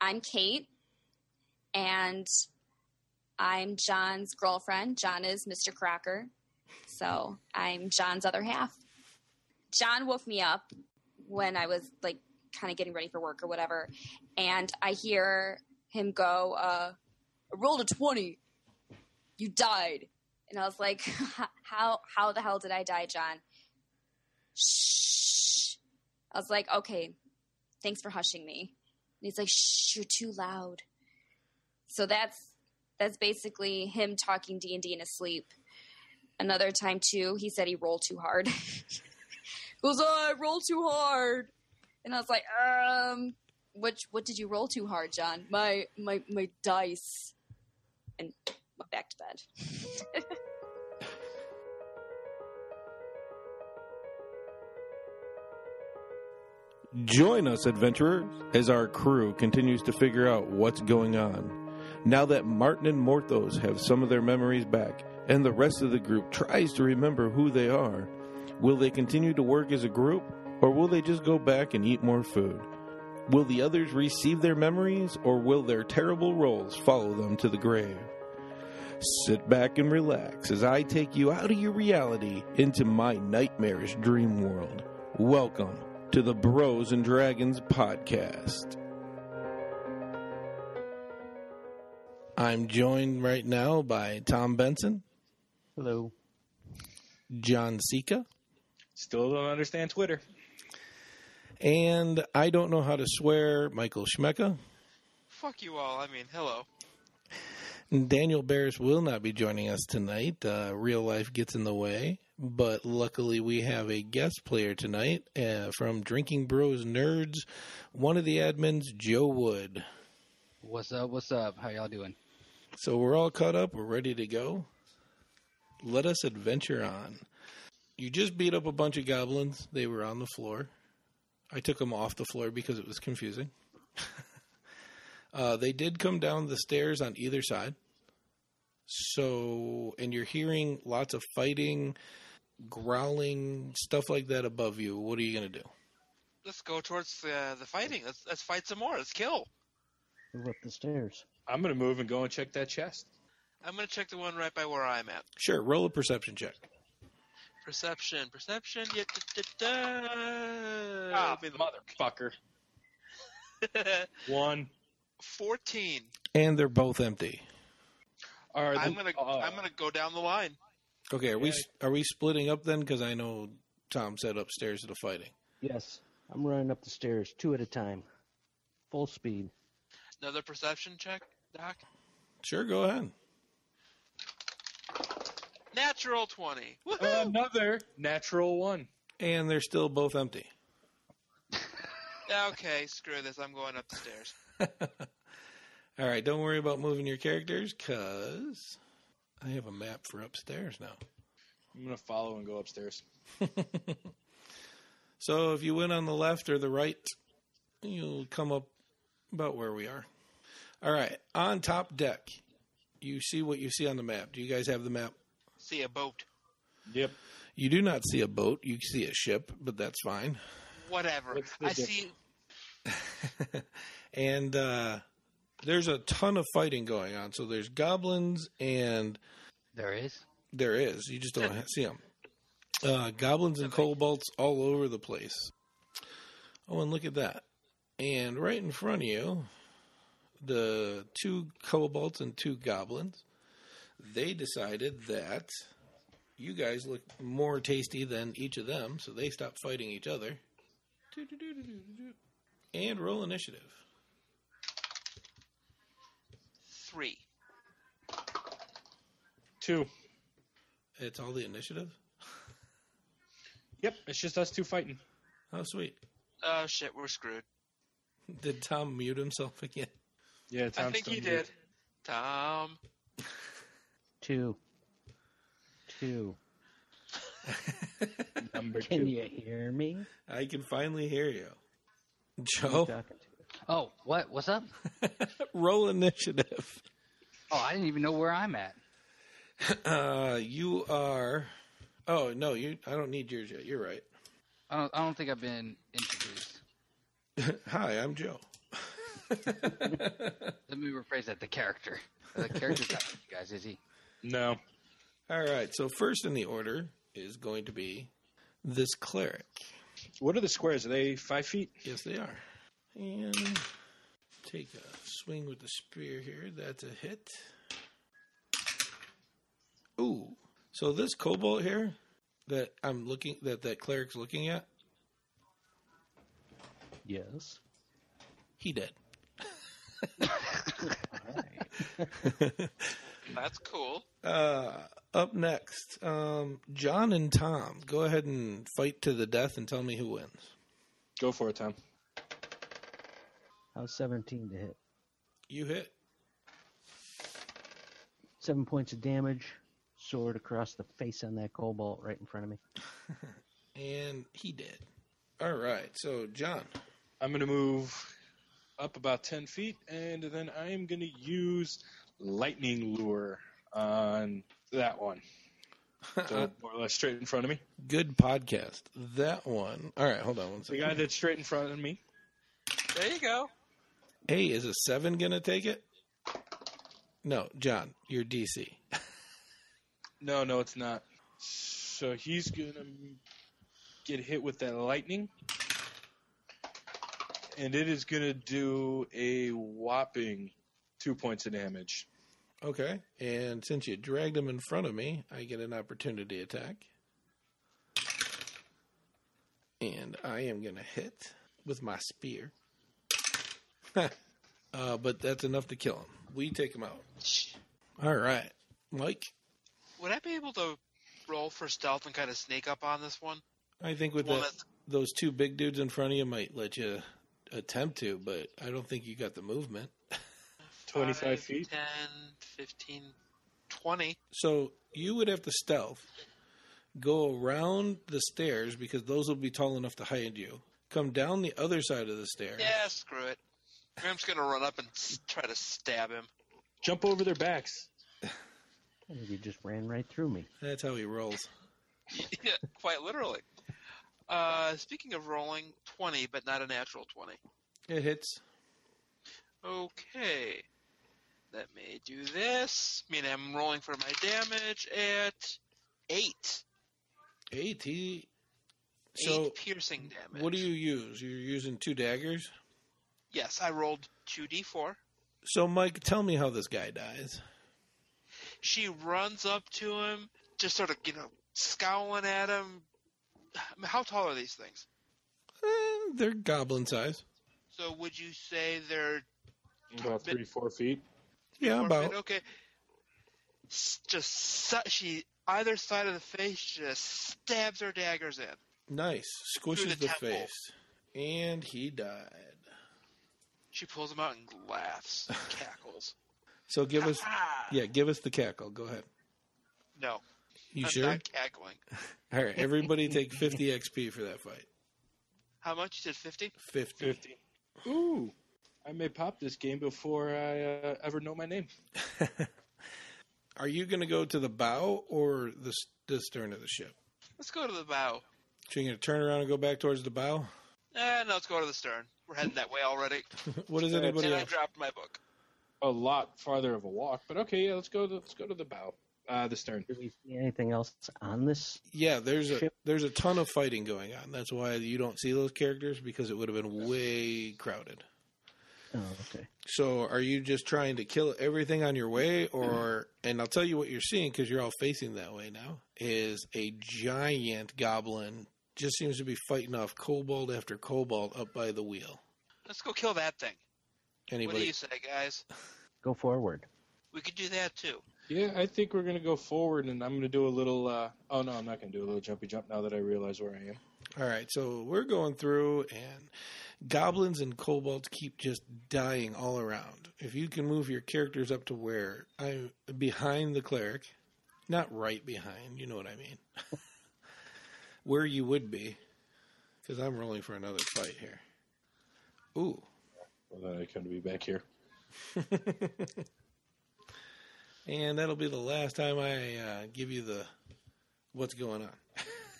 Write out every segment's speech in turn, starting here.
I'm Kate, and I'm John's girlfriend. John is Mr. Crocker, so I'm John's other half. John woke me up when I was like kind of getting ready for work or whatever, and I hear him go, uh, "I rolled a twenty, you died," and I was like, "How how the hell did I die, John?" Shh. I was like, "Okay, thanks for hushing me." And he's like, "Shh, you're too loud." So that's that's basically him talking D and D in his sleep. Another time too, he said he rolled too hard. he goes, oh, I rolled too hard, and I was like, um, what what did you roll too hard, John? My my my dice, and went back to bed. Join us, adventurers, as our crew continues to figure out what's going on. Now that Martin and Morthos have some of their memories back, and the rest of the group tries to remember who they are, will they continue to work as a group, or will they just go back and eat more food? Will the others receive their memories, or will their terrible roles follow them to the grave? Sit back and relax as I take you out of your reality into my nightmarish dream world. Welcome to the Bros and Dragons podcast. I'm joined right now by Tom Benson, Hello. John Sika, Still don't understand Twitter. and I don't know how to swear, Michael Schmecka. Fuck you all. I mean, hello. Daniel Bears will not be joining us tonight. Uh, real life gets in the way, but luckily we have a guest player tonight uh, from Drinking Bros Nerds, one of the admins, Joe Wood. What's up? What's up? How y'all doing? So we're all caught up. We're ready to go. Let us adventure on. You just beat up a bunch of goblins. They were on the floor. I took them off the floor because it was confusing. uh, they did come down the stairs on either side. So, and you're hearing lots of fighting, growling, stuff like that above you. What are you going to do? Let's go towards uh, the fighting. Let's let's fight some more. Let's kill. Move up the stairs. I'm gonna move and go and check that chest. I'm gonna check the one right by where I'm at. Sure, roll a perception check. Perception, perception. Yeah, da, da, da. Ah, Be the- motherfucker. One. Ah. Fourteen. And they're both empty. Are the, I'm gonna uh, I'm gonna go down the line. Okay, are we Yeah. are we splitting up then? Because I know Tom said upstairs to the fighting. Yes. I'm running up the stairs two at a time. Full speed. Another perception check, Doc. Sure, go ahead. Natural twenty. Woohoo! uh, another natural one. And they're still both empty. okay, screw this. I'm going up the stairs. All right, don't worry about moving your characters because I have a map for upstairs now. I'm gonna follow and go upstairs. So if you went on the left or the right, you'll come up about where we are. All right, on top deck, you see what you see on the map. Do you guys have the map? See a boat. Yep. You do not see a boat, you see a ship, but that's fine. Whatever. What's the I see. and uh, there's a ton of fighting going on. So there's goblins, and There is? there is you just don't see them. Uh, goblins and kobolds all over the place. Oh, and look at that! And right in front of you, the two kobolds and two goblins. They decided that you guys look more tasty than each of them, so they stopped fighting each other. Doo-doo-doo-doo-doo-doo. And roll initiative. Three. Two. It's all the initiative. Yep. It's just us two fighting. Oh, sweet. Oh shit, we're screwed. Did Tom mute himself again? Yeah, I think he did. Tom. Two. Two. Number Can two. you hear me? I can finally hear you. Who's Joe, talking to you? Oh, what? What's up? roll initiative. Oh, I didn't even know where I'm at. Uh, you are. Oh no, you. I don't need yours yet. You're right. I don't, I don't think I've been introduced. Hi, I'm Joe. Let me rephrase that. The character. The character's not with you guys, is he? No. All right. So first in the order is going to be this cleric. What are the squares? Are they five feet? Yes, they are. And take a swing with the spear here. That's a hit. Ooh. So this cobalt here that I'm looking that that cleric's looking at, Yes. he dead. That's cool. Uh, up next, um, John and Tom. Go ahead and fight to the death and tell me who wins. Go for it, Tom. How's 17 to hit? You hit. Seven points of damage. Sword across the face on that cobalt right in front of me. And he did. All right. So, John. I'm going to move up about 10 feet, and then I'm going to use lightning lure on that one. Uh, So more or less straight in front of me. Good podcast. That one. All right. Hold on one The second. guy that's straight in front of me. There you go. Hey, is a seven gonna take it? No, John, you're DC. No, no, it's not. So he's going to get hit with that lightning. And it is going to do a whopping two points of damage. Okay. And since you dragged him in front of me, I get an opportunity attack. And I am gonna hit with my spear. uh, but that's enough to kill him. We take him out. All right, Mike. Would I be able to roll for stealth and kind of sneak up on this one? I think with Well, that, that's- those two big dudes in front of you might let you attempt to, but I don't think you got the movement. 25 Five, feet. 10, 15, 20. So you would have to stealth, go around the stairs because those will be tall enough to hide you. Come down the other side of the stairs. Yeah, screw it. I'm just going to run up and s- try to stab him. Jump over their backs. I think he just ran right through me. That's how he rolls. Yeah, Quite literally. Uh, speaking of rolling, 20, but not a natural 20. It hits. Okay. Let me do this. I mean, I'm rolling for my damage at 8. Eight. He. So 8 piercing damage. what do you use? You're using two daggers. Yes, I rolled 2d4. So Mike, tell me how this guy dies. She runs up to him, just sort of, you know, scowling at him. I mean, how tall are these things? Eh, they're goblin size. So would you say they're About three, four feet. Yeah, four about. feet? Okay. S- Just su- she either side of the face just stabs her daggers in. Nice. Through Squishes the the temple. face. And he died. She pulls them out and laughs, and cackles. So give us Ah! yeah, give us the cackle. Go ahead. No, You I'm sure? not cackling. All right, everybody take 50 XP for that fight. How much? You said fifty. 50. 50. Ooh. I may pop this game before I uh, ever know my name. Are you going to go to the bow or the, s- the stern of the ship? Let's go to the bow. So you're going to turn around and go back towards the bow? Eh, no, let's go to the stern. We're heading that way already. What is anybody and I else? dropped my book. A lot farther of a walk, but okay, yeah, let's go. To, let's go to the bow, uh, the stern. Do we see anything else on this? Yeah, there's a Ship. there's a ton of fighting going on. That's why you don't see those characters because it would have been way crowded. Oh, okay. So are you just trying to kill everything on your way or and I'll tell you what you're seeing cuz you're all facing that way now is a giant goblin just seems to be fighting off kobold after kobold up by the wheel. Let's go kill that thing. What do Anybody you say, guys? Go forward. We could do that too. Yeah, I think we're gonna go forward, and I'm gonna do a little. Uh, oh no, I'm not gonna do a little jumpy jump now that I realize where I am. All right, so we're going through, and goblins and kobolds keep just dying all around. If you can move your characters up to where I'm behind the cleric, not right behind, you know what I mean, where you would be, because I'm rolling for another fight here. Ooh, Well, then I come to be back here. and that'll be the last time I uh, give you the what's going on.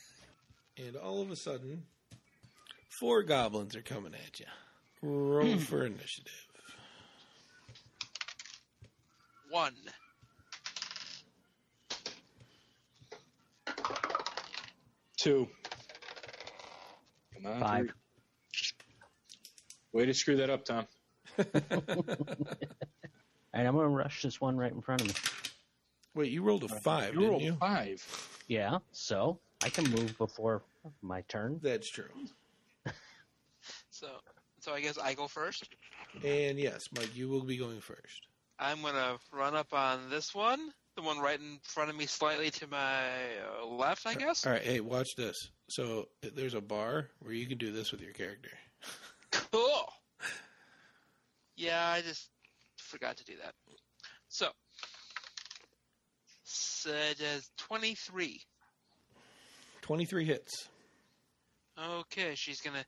and all of a sudden, four goblins are coming at you. Roll for initiative. one. Two. Come on. Five. three. Way to screw that up, Tom. All right, I'm gonna rush this one right in front of me. Wait, you rolled a five, You didn't rolled Uh, you? five. Yeah, so I can move before my turn. That's true. So, so I guess I go first. And yes, Mike, you will be going first. I'm gonna run up on this one, the one right in front of me, slightly to my uh, left, I guess. All right, hey, watch this. So there's a bar where you can do this with your character. Cool. Yeah, I just forgot to do that. So, said as 23. 23 hits. Okay, she's gonna.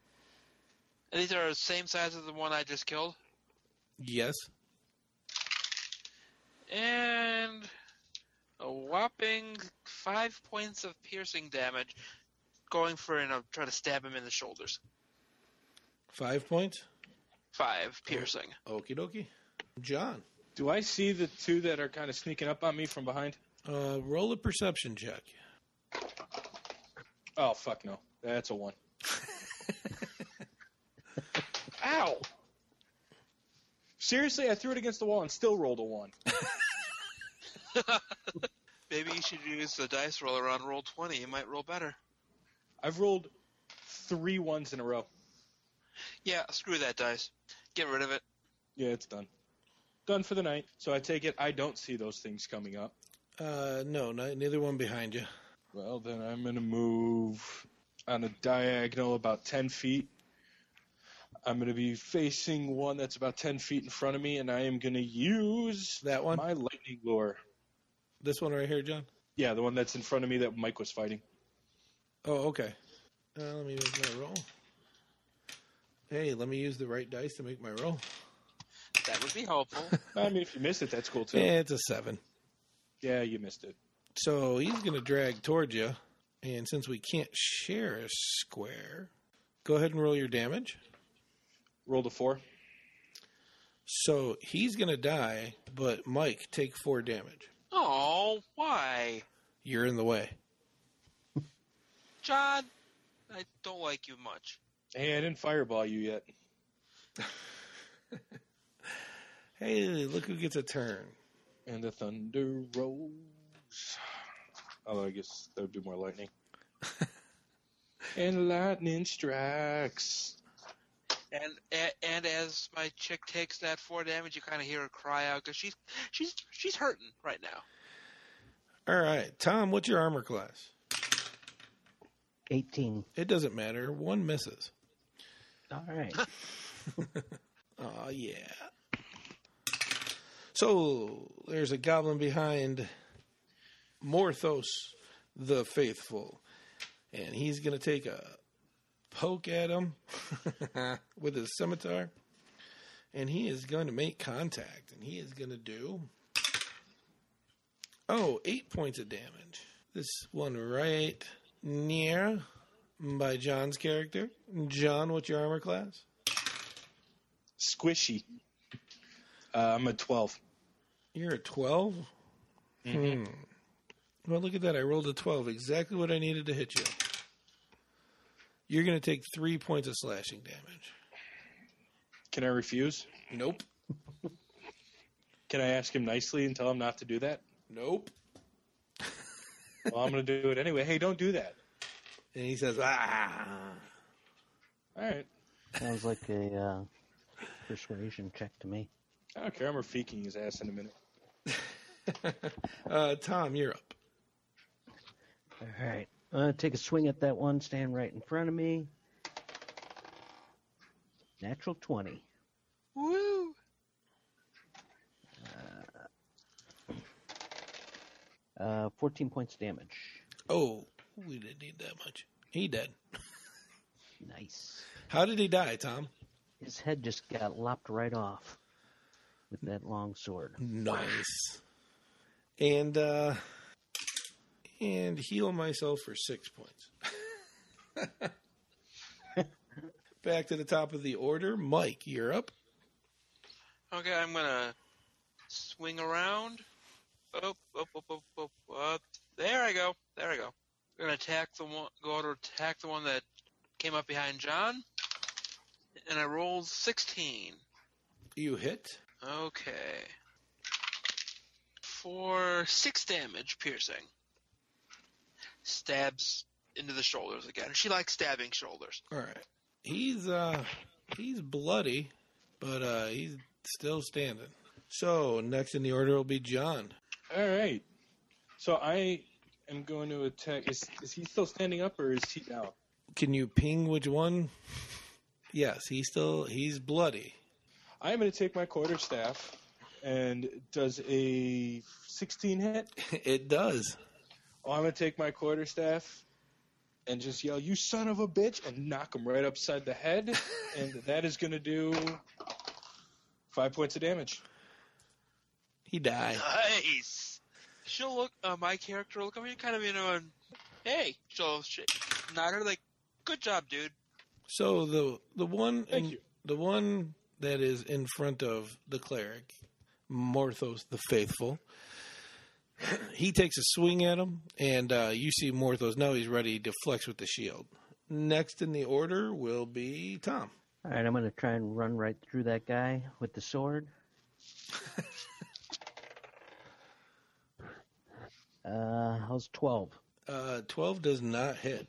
And these are the same size as the one I just killed. Yes. And a whopping five points of piercing damage, going for and I'll try to stab him in the shoulders. Five points. Five piercing. Okie dokie. John, Do I see the two that are kind of sneaking up on me from behind? uh, roll a perception check. Oh, fuck no. That's a one. Ow! Seriously, I threw it against the wall and still rolled a one. Maybe you should use the dice roller on roll 20. You might roll better. I've rolled three ones in a row. Yeah, screw that dice. Get rid of it. Yeah, it's done. Done for the night. So I take it I don't see those things coming up. Uh, no, not, neither one behind you. Well, then I'm going to move on a diagonal about 10 feet. I'm going to be facing one that's about 10 feet in front of me, and I am going to use That one? my lightning lure. This one right here, John? Yeah, the one that's in front of me that Mike was fighting. Oh, okay. Uh, let me make my roll. Hey, let me use the right dice to make my roll. That would be helpful. I mean, if you miss it, that's cool too. Yeah, Eh, it's a seven. Yeah, you missed it. So he's going to drag toward you. And since we can't share a square, go ahead and roll your damage. Rolled a four. So he's going to die, but Mike, take four damage. oh, why? You're in the way. John, I don't like you much. Hey, I didn't fireball you yet. Hey, look who gets a turn. And the thunder rolls. Although I guess that would be more lightning. and lightning strikes. And a- and as my chick takes that four damage, you kind of hear her cry out because she's she's she's hurting right now. All right, Tom, what's your armor class? 18. It doesn't matter. One misses. All right. Oh, yeah. So there's a goblin behind Morthos the Faithful. And he's going to take a poke at him with his scimitar. And he is going to make contact. And he is going to do. Oh, eight points of damage. This one right near by John's character. John, what's your armor class? Squishy. Uh, I'm a 12. You're a 12? Mm-hmm. Hmm. Well, look at that. I rolled a 12. Exactly what I needed to hit you. You're going to take three points of slashing damage. Can I refuse? Nope. Can I ask him nicely and tell him not to do that? Nope. Well, I'm going to do it anyway. Hey, don't do that. And he says, ah. All right. Sounds like a uh, persuasion check to me. I don't care. I'm refiking his ass in a minute. Uh, Tom, you're up. All right. Uh, take a swing at that one stand right in front of me. Natural 20. Woo! Uh, 14 points damage. Oh, we didn't need that much. He dead. Nice. How did he die, Tom? His head just got lopped right off with that long sword. Nice. And, uh, and heal myself for six points. Back to the top of the order. Mike, you're up. Okay, I'm gonna Swing around. Oh, oh, oh, oh, oh, oh. There I go. There I go. I'm gonna attack the one. Go to attack the one that came up behind John. And I rolled 16. You hit. Okay. For six damage, piercing. Stabs into the shoulders again. She likes stabbing shoulders. All right. He's uh he's bloody, but uh he's still standing. So next in the order will be John. All right. So I am going to attack. Is is he still standing up or is he down? Can you ping which one? Yes, he's still he's bloody. I am going to take my quarter staff, and does a 16 hit? it does. Oh, I'm going to take my quarter staff, and just yell, "You son of a bitch!" and knock him right upside the head, and that is going to do five points of damage. He died. Nice. She'll look. Uh, my character will look over here, kind of you know, and hey, she'll sh- nod her like, "Good job, dude." So the the one Thank in, you. the one that is in front of the cleric, Morthos the faithful. He takes a swing at him, and uh, you see Morthos. Now he's ready to flex with the shield. Next in the order will be Tom. All right, I'm going to try and run right through that guy with the sword. uh, how's 12? Uh, Twelve does not hit.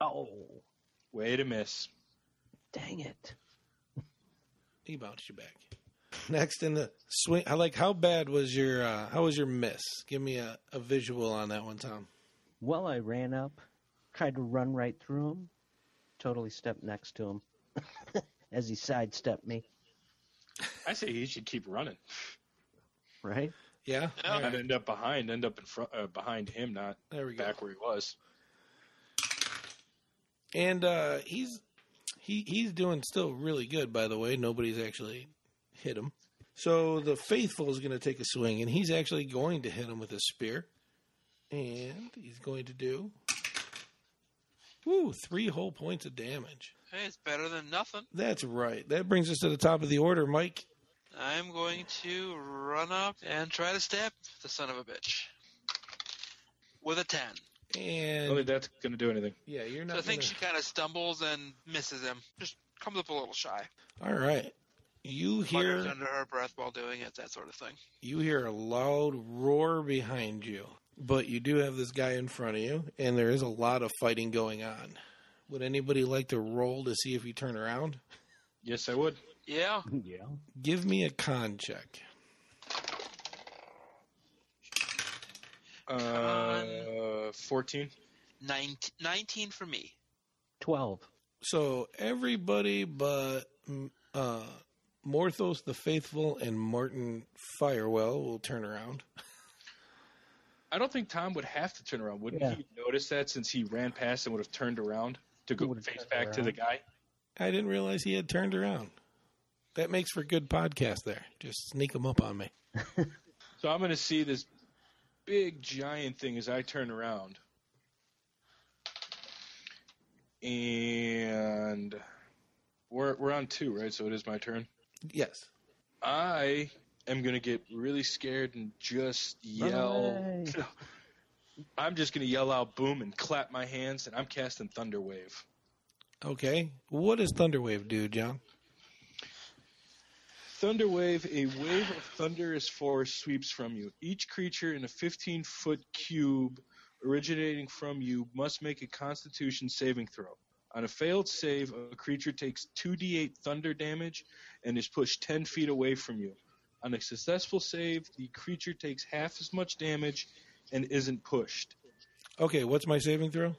Oh, Way to miss. dang it. He bounced you back. Next in the swing, I like how bad was your uh, how was your miss? Give me a, a visual on that one, Tom. Well, I ran up, tried to run right through him, totally stepped next to him as he sidestepped me, I say he should keep running. right? Yeah, Yeah. All I'd right. end up behind, end up in front, uh, behind him, not there we go. back where he was. And uh, he's he he's doing still really good, by the way. Nobody's actually hit him. So the faithful is going to take a swing, and he's actually going to hit him with a spear, and he's going to do woo three whole points of damage. Hey, it's better than nothing. That's right. That brings us to the top of the order, Mike. I'm going to run up and try to stab the son of a bitch with a ten. I don't think And that's going to Oh, do anything. yeah, you're not. So I think gonna- she kind of stumbles and misses him. Just comes up a little shy. All right. You Mutters hear under her breath while doing it, that sort of thing. you hear a loud roar behind you, but you do have this guy in front of you, and there is a lot of fighting going on. Would anybody like to roll to see if you turn around? Yes, I would. Yeah. Yeah. Give me a con check. Uh, 14. 19, 19 for me. 12. So everybody but mm, uh, Morthos the Faithful and Martin Firewell will turn around. I don't think Tom would have to turn around. Wouldn't Yeah. he notice that since he ran past and would have turned around to go would've face turned back to the around. guy? I didn't realize he had turned around. That makes for good podcast there. Just sneak them up on me. So I'm going to see this big giant thing as I turn around. And we're, we're on two, right? So it is my turn. Yes. I am going to get really scared and just Run yell. away. I'm just going to yell out boom and clap my hands, and I'm casting Thunder Wave. Okay. What does Thunderwave do, John? Thunder wave, a wave of thunderous force sweeps from you. Each creature in a 15 foot cube originating from you must make a constitution saving throw. On a failed save, a creature takes 2d8 thunder damage and is pushed 10 feet away from you. On a successful save, the creature takes half as much damage and isn't pushed. Okay, what's my saving throw?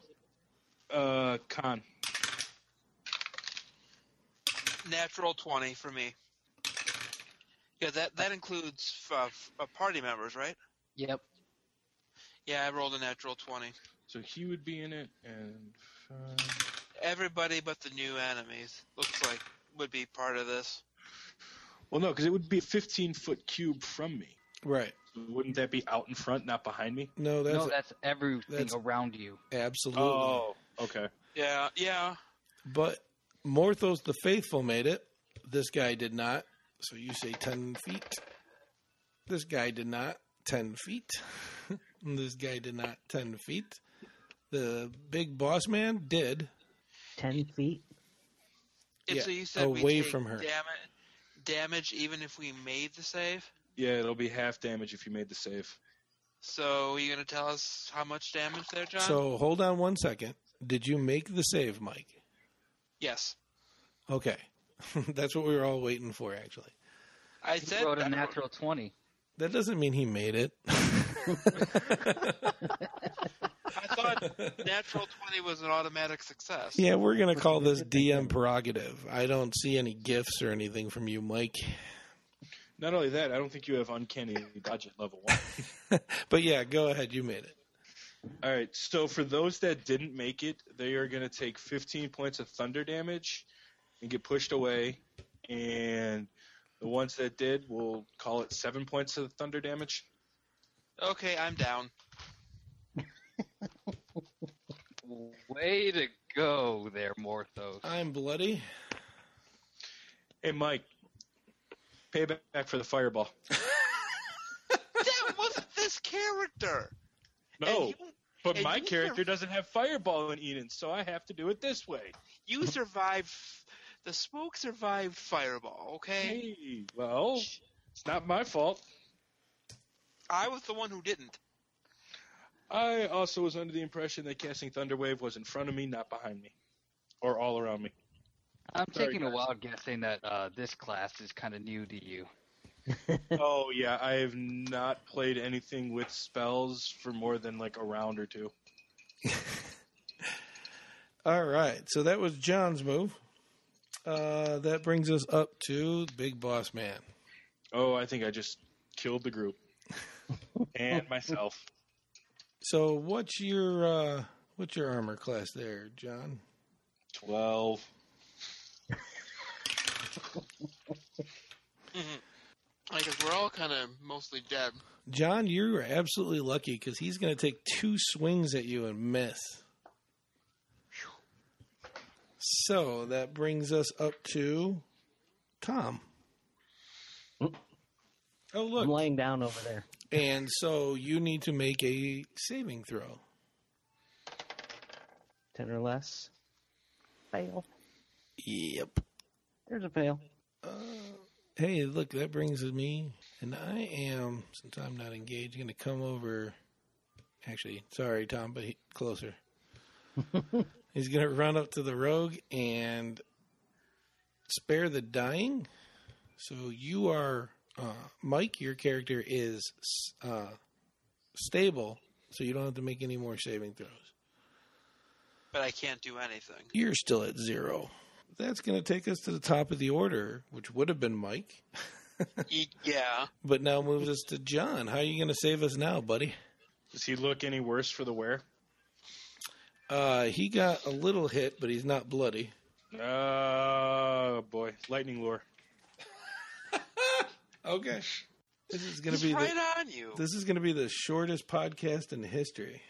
Uh, con. Natural 20 for me. Yeah, that, that includes uh, f- uh, party members, right? Yep. Yeah, I rolled a natural 20. So he would be in it, and five. Everybody but the new enemies looks like would be part of this. Well, no, because it would be a 15 foot cube from me. Right. Wouldn't that be out in front, not behind me? No, that's no, that's everything that's- around you. absolutely. Oh, okay. Yeah, yeah. But Morthos the Faithful made it. This guy did not. So you say 10 feet. This guy did not 10 feet. this guy did not 10 feet. The big boss man did. Ten feet. And so Yeah, you said we away take from her. dama- damage even if we made the save. Yeah, it'll be half damage if you made the save. So are you going to tell us how much damage there, John? So hold on one second. Did you make the save, Mike? yes. Okay. That's what we were all waiting for, actually. I He said rolled a that- natural 20. That doesn't mean he made it. I thought natural 20 was an automatic success. yeah, we're going to call this Good thinking. DM prerogative. I don't see any gifts or anything from you, Mike. Not only that, I don't think you have uncanny dodge at level one. But yeah, go ahead. You made it. All right. So for those that didn't make it, they are going to take 15 points of thunder damage and get pushed away. And the ones that did, we'll call it seven points of thunder damage. Okay, I'm down. Way to go there, Morthos. I'm bloody. Hey, Mike, pay back for the fireball. That wasn't this character. No, And but and my you were- character doesn't have fireball in Eden, so I have to do it this way. you, you survived. The smoke survived fireball. Okay, Hey, well, it's not my fault. I was the one who didn't. I also was under the impression that casting Thunderwave was in front of me, not behind me, or all around me. I'm sorry, taking a guys. wild guess saying that uh, this class is kind of new to you. oh yeah, I have not played anything with spells for more than like a round or two. All right. So that was John's move. Uh, that brings us up to Big Boss Man. Oh, I think I just killed the group and myself. So what's your uh, what's your armor class there, John? Twelve. Because we're all kind of mostly dead. John, you are absolutely lucky because he's going to take two swings at you and miss. So that brings us up to Tom. Oh, Oop. I'm look. laying down over there. And so you need to make a saving throw. Ten or less. Fail. Yep. There's a fail. Uh, hey, look, that brings me, and I am, since I'm not engaged, going to come over. Actually, sorry, Tom, but he, closer. He's going to run up to the rogue and spare the dying. So you are, uh, Mike, your character is uh, stable, so you don't have to make any more saving throws. But I can't do anything. You're still at zero. That's going to take us to the top of the order, which would have been Mike. E- yeah. But now moves us to John. How are you going to save us now, buddy? Does he look any worse for the wear? Uh, he got a little hit, but he's not bloody. Oh boy, lightning lure. Okay. Oh, This is going to He's be right the, on you. this is going to be the shortest podcast in history.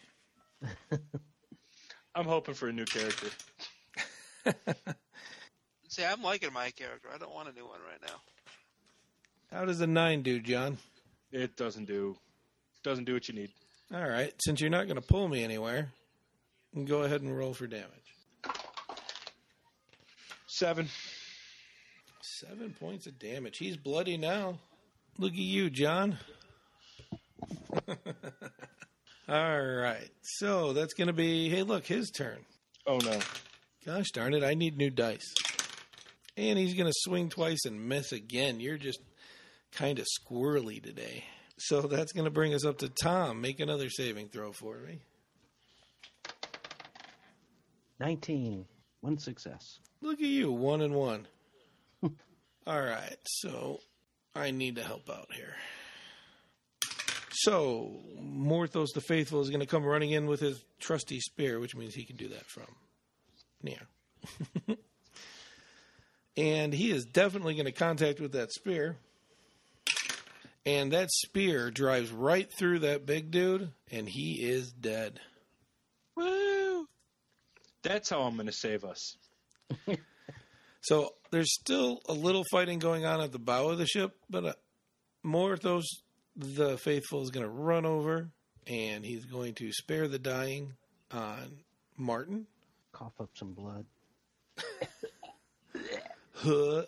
I'm hoping for a new character. See, I'm liking my character. I don't want a new one right now. How does a nine do, John? It doesn't do, doesn't do what you need. All right. Since you're not going to pull me anywhere, go ahead and roll for damage. Seven. Seven points of damage. He's bloody now. Look at you, John. All right. So that's going to be, hey, look, his turn. Oh no. Gosh darn it, I need new dice. And he's going to swing twice and miss again. You're just kind of squirrely today. So that's going to bring us up to Tom. Make another saving throw for me. Nineteen. One success. Look at you, one and one. All right, so I need to help out here. So Morthos the Faithful is going to come running in with his trusty spear, which means he can do that from. Yeah. and he is definitely going to contact with that spear. And that spear drives right through that big dude, and he is dead. Woo! That's how I'm gonna save us. So there's still a little fighting going on at the bow of the ship, but uh, Morthos the faithful is going to run over and he's going to spare the dying on Martin. Cough up some blood. Huh.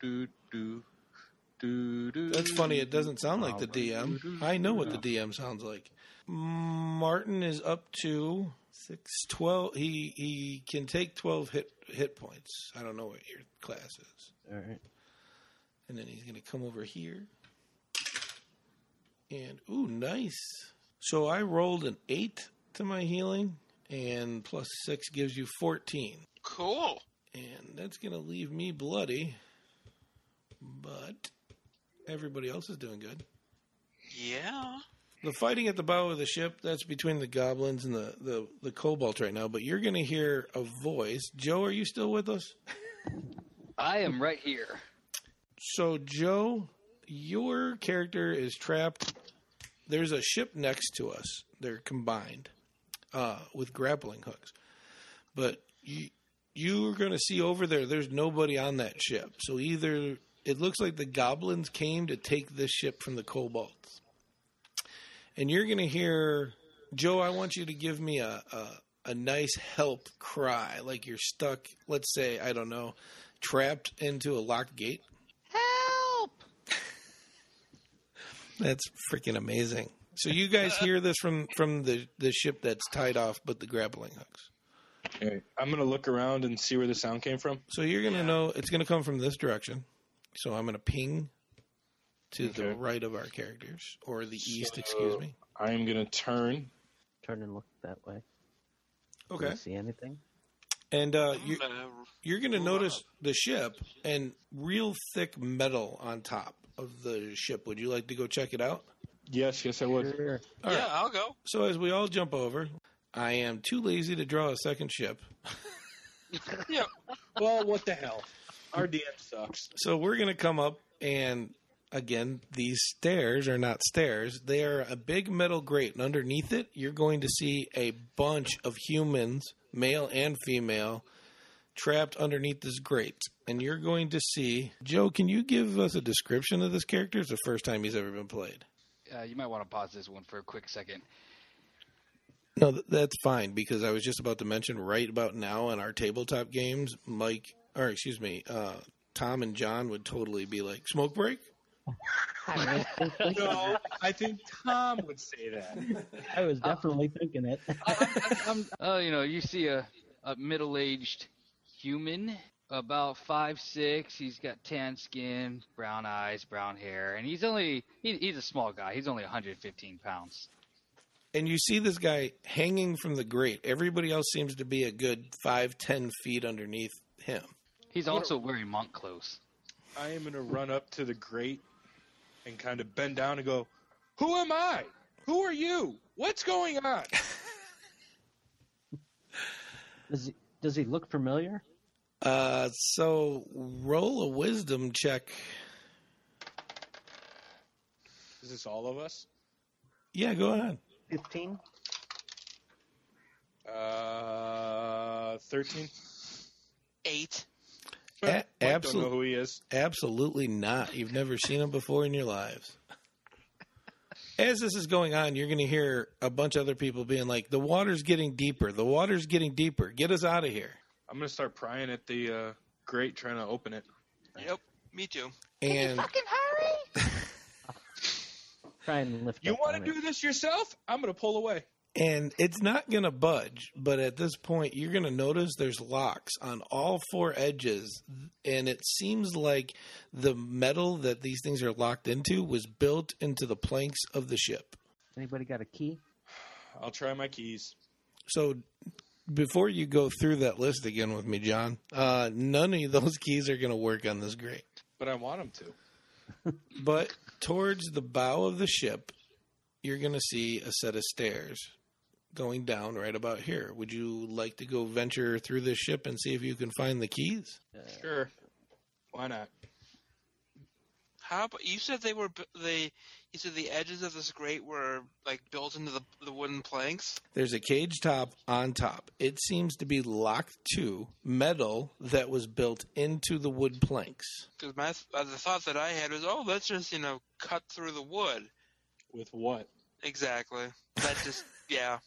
Do, do, do, do. That's funny. It doesn't sound like the DM. I know what the DM sounds like. Martin is up to six twelve. He he can take twelve hit hit points. I don't know what your class is. All right. And then he's going to come over here. And, ooh, nice. So I rolled an 8 to my healing, and plus 6 gives you 14. Cool. And that's going to leave me bloody. But everybody else is doing good. Yeah. The fighting at the bow of the ship, that's between the goblins and the, the, the kobolds right now. But you're going to hear a voice. Joe, are you still with us? I am right here. So, Joe, your character is trapped. There's a ship next to us. They're combined uh, with grappling hooks. But you, you're going to see over there, there's nobody on that ship. So, either it looks like the goblins came to take this ship from the kobolds. And you're going to hear, Joe, I want you to give me a, a, a nice help cry. Like you're stuck, let's say, I don't know, trapped into a locked gate. Help! That's freaking amazing. So you guys hear this from from the the ship that's tied off, but the grappling hooks. Alright, I'm gonna look around and see where the sound came from. So you're gonna know it's gonna come from this direction. So I'm gonna ping to the Okay. right of our characters, or the east, So- excuse me. I am gonna turn. Turn and look that way. Do you Okay, see anything? and uh, I'm you, gonna you're gonna Ooh, notice the ship and real thick metal on top of the ship. Would you like to go check it out? Yes, yes, I would. Sure. All yeah, right. I'll go. So as we all jump over, I am too lazy to draw a second ship. Well, what the hell? Our DM sucks. So we're going to come up, and again, these stairs are not stairs. They are a big metal grate, and underneath it, you're going to see a bunch of humans, male and female, trapped underneath this grate. And you're going to see. Joe, can you give us a description of this character? It's the first time he's ever been played. Uh, you might want to pause this one for a quick second. No, th- that's fine because I was just about to mention right about now in our tabletop games, Mike, or excuse me, uh, Tom and John would totally be like, smoke break? No, I think Tom would say that. I was definitely thinking it. Oh, you know, you see a, a middle-aged human, about five six. He's got tan skin, brown eyes, brown hair, and he's only he, he's a small guy. He's only 115 pounds. and you see this guy hanging from the grate. Everybody else seems to be a good five, ten feet underneath him. He's also wearing monk clothes. I am gonna run up to the grate and kind of bend down and go, "Who am I? Who are you? What's going on?" Does he, does he look familiar? Uh, so roll a wisdom check. Is this all of us? Yeah, go ahead. 15? Uh, thirteen. Eight. A- Mike Don't know absolute- who he is. Absolutely not. You've never seen him before in your lives. As this is going on, you're going to hear a bunch of other people being like, "The water's getting deeper. The water's getting deeper. Get us out of here." I'm gonna start prying at the uh, grate, trying to open it. Yep. Me too. And Try and lift You up want on to it. do this yourself? I'm gonna pull away. and it's not going to budge but at this point you're going to notice there's locks on all four edges and it seems like the metal that these things are locked into was built into the planks of the ship Anybody got a key? I'll try my keys. so before you go through that list again with me john uh, none of those keys are going to work on this grate But I want him to. But towards the bow of the ship, you're going to see a set of stairs going down right about here. Would you like to go venture through this ship and see if you can find the keys? Sure. Why not? How about you said they were b- they? You said the edges of this grate were like built into the the wooden planks. There's a cage top on top. It seems to be locked to metal that was built into the wood planks. Because my th- uh, the thought that I had was, oh, let's just you know cut through the wood. With what? Exactly. That just yeah.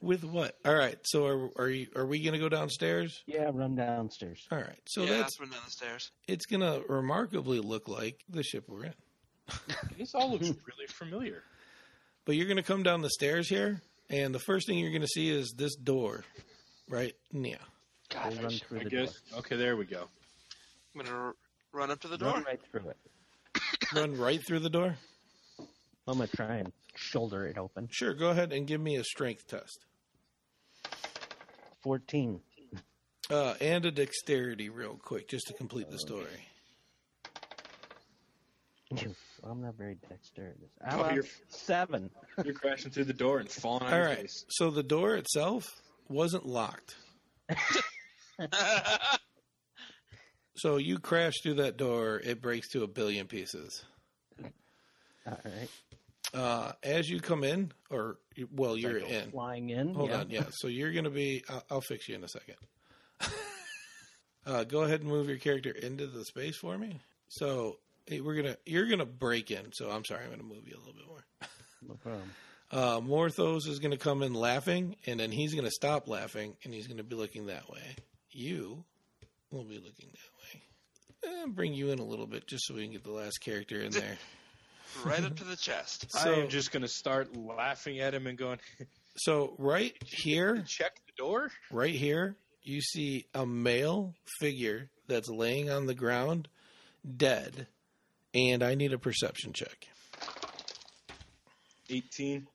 With what? All right. So are are, you, are we going to go downstairs? Yeah, run downstairs. All right. So yeah, that's that's when down the stairs. it's going to remarkably look like the ship we're in. This all looks really familiar. But you're going to come down the stairs here, and the first thing you're going to see is this door, right? Yeah. We'll run through I the guess. Okay, there we go. I'm gonna r- run up to the door. door. Run right through it. Run right through the door. I'm gonna try and shoulder it open. Sure. Go ahead and give me a strength test Fourteen. uh, and a dexterity, real quick, just to complete the story. I'm not very dexterous. Oh, How about you're- seven? You're crashing through the door and falling on All your right. face. So the door itself wasn't locked. So you crash through that door, it breaks to a billion pieces. All right. Uh, as you come in, or well, you're Like, in. Flying in. Hold yeah. on, yeah. So you're gonna be. I'll, I'll fix you in a second. uh, go ahead and move your character into the space for me. So hey, we're gonna. You're gonna break in. So I'm sorry. I'm gonna move you a little bit more. No problem. Uh, Morthos is gonna come in laughing, and then he's gonna stop laughing, and he's gonna be looking that way. You will be looking that way. Eh, bring you in a little bit just so we can get the last character in there. right up to the chest. I So- am just going to start laughing at him and going, So right here, check the door? right here, you see a male figure that's laying on the ground, dead, and I need a perception check. 18.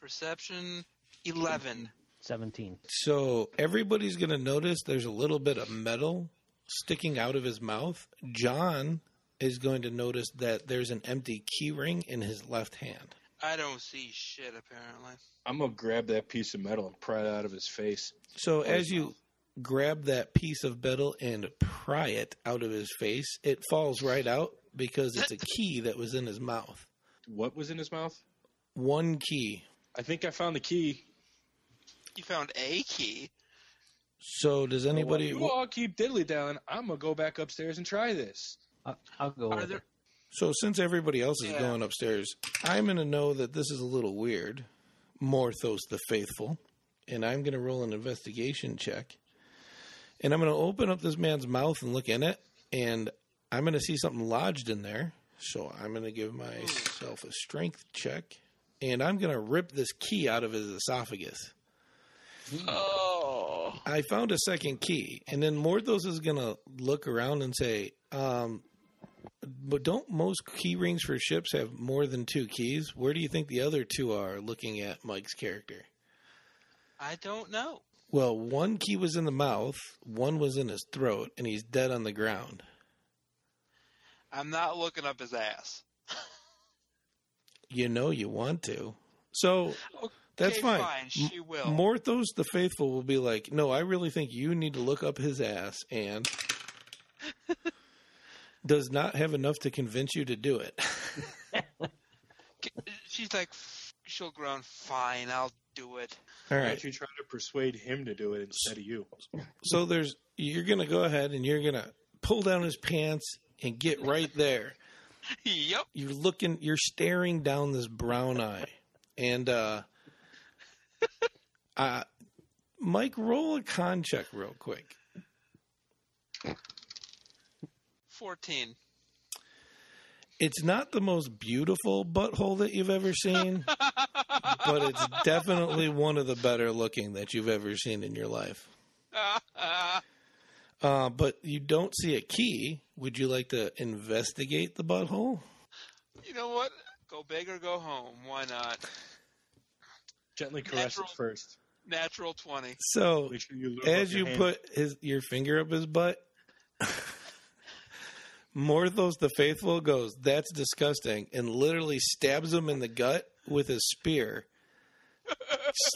Perception eleven. Seventeen. So everybody's going to notice there's a little bit of metal sticking out of his mouth. John is going to notice that there's an empty keyring in his left hand. I don't see shit apparently. I'm going to grab that piece of metal and pry it out of his face. So as you grab that piece of metal and pry it out of his face, it falls right out because it's a key that was in his mouth. What was in his mouth? One key I think I found the key. You found a key. So does anybody? You all keep diddly down. I'm going to go back upstairs and try this. I'll, I'll go. Are with there- it. So since everybody else is Yeah. going upstairs, I'm going to know that this is a little weird. Morthos the Faithful, and I'm going to roll an investigation check, and I'm going to open up this man's mouth and look in it, and I'm going to see something lodged in there. So I'm going to give myself a strength check, and I'm going to rip this key out of his esophagus. Oh. I found a second key, and then Morthos is gonna look around and say, um, "But don't most key rings for ships have more than two keys? Where do you think the other two are?" Looking at Mike's character. I don't know. Well, one key was in the mouth, one was in his throat, and he's dead on the ground. I'm not looking up his ass. You know you want to, so that's okay, fine. She will. Morthos the Faithful will be like, no, I really think you need to look up his ass and does not have enough to convince you to do it. She's like, "F- she'll groan. Fine, I'll do it. All Why right. don't you try to persuade him to do it instead of you? So there's you're gonna go ahead and you're gonna pull down his pants and get right there. yep. You're looking you're staring down this brown eye. And uh uh Mike, roll a con check real quick. Fourteen. It's not the most beautiful butthole that you've ever seen, but it's definitely one of the better looking that you've ever seen in your life. Uh, but you don't see a key. Would you like to investigate the butthole? you know what? Go big or go home. Why not? Gently caress it Natural. first. Natural twenty. So Make sure you lube up as your you hand. put his your finger up his butt, Morthos the Faithful goes, "That's disgusting," and literally stabs him in the gut with his spear,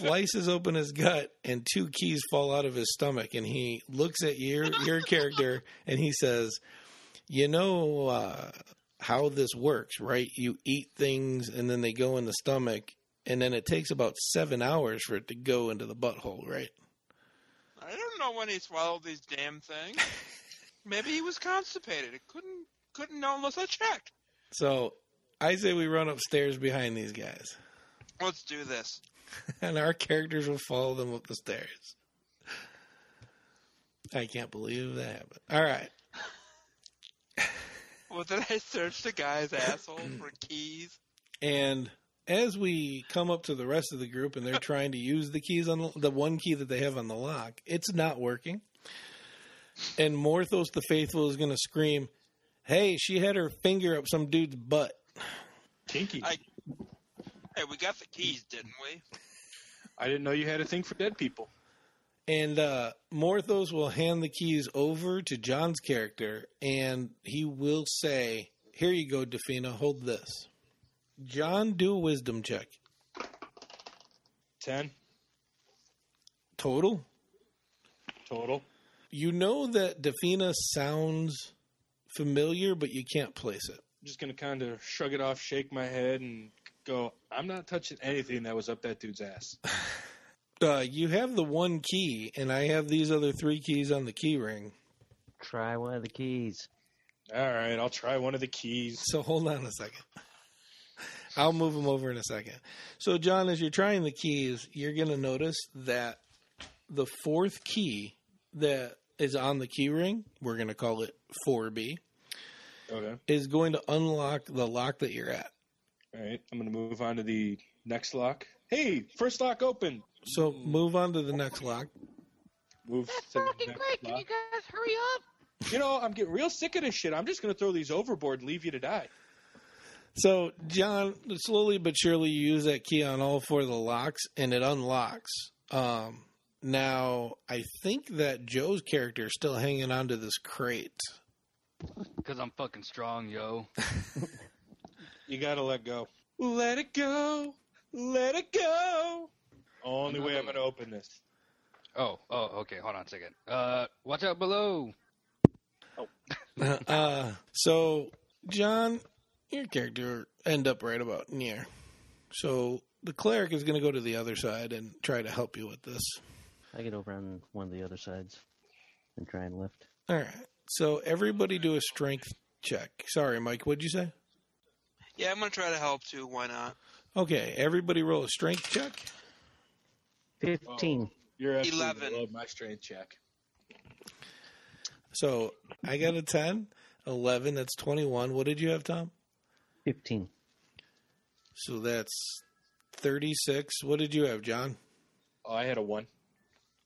slices open his gut, and two keys fall out of his stomach. And he looks at your your character and he says, You know uh, how this works, right? You eat things and then they go in the stomach, and then it takes about seven hours for it to go into the butthole, right? I don't know when he swallowed these damn things. Maybe he was constipated. It couldn't couldn't know unless I checked. So I say we run upstairs behind these guys, Let's do this. and our characters will follow them up the stairs. I can't believe that happened. All right. Well, then I searched the guy's asshole for keys. And as we come up to the rest of the group and they're trying to use the keys on the, the one key that they have on the lock, it's not working. And Morthos the Faithful is going to scream, Hey, she had her finger up some dude's butt. Kinky. I- Hey, we got the keys, didn't we? I didn't know you had a thing for dead people. And uh, Morthos will hand the keys over to John's character and he will say, Here you go, Defina, hold this. John, do a wisdom check. Ten Total? total. You know that Defina sounds familiar, but you can't place it. I'm just gonna kind of shrug it off, shake my head, and go. I'm not touching anything that was up that dude's ass. Uh, you have the one key, and I have these other three keys on the key ring. Try one of the keys. All right, I'll try one of the keys. So hold on a second. I'll move them over in a second. So, John, as you're trying the keys, you're going to notice that the fourth key that is on the key ring, we're going to call it 4B, Okay. is going to unlock the lock that you're at. All right, I'm gonna move on to the next lock. Hey, first lock open. So, move on to the next lock. Move That's to the fucking next great. Can lock. you guys hurry up? You know, I'm getting real sick of this shit. I'm just gonna throw these overboard and leave you to die. So, John, slowly but surely, you use that key on all four of the locks, and it unlocks. Um, now, I think that Joe's character is still hanging onto this crate. Because I'm fucking strong, yo. You gotta let go. Let it go. Let it go. Only way I'm gonna open this. Oh, oh, okay. Hold on a second. Uh, watch out below. uh, so, John, your character end up right about near. So, the cleric is going to go to the other side and try to help you with this. I get over on one of the other sides and try and lift. All right. So, everybody do a strength check. Sorry, Mike. What'd you say? Yeah, I'm gonna try to help too. Why not? Okay, everybody roll a strength check. 15. You're absolutely Eleven. below my strength check. So I got a 10, 11, that's 21. What did you have, Tom? 15. So that's 36. What did you have, John? Oh, I had a one.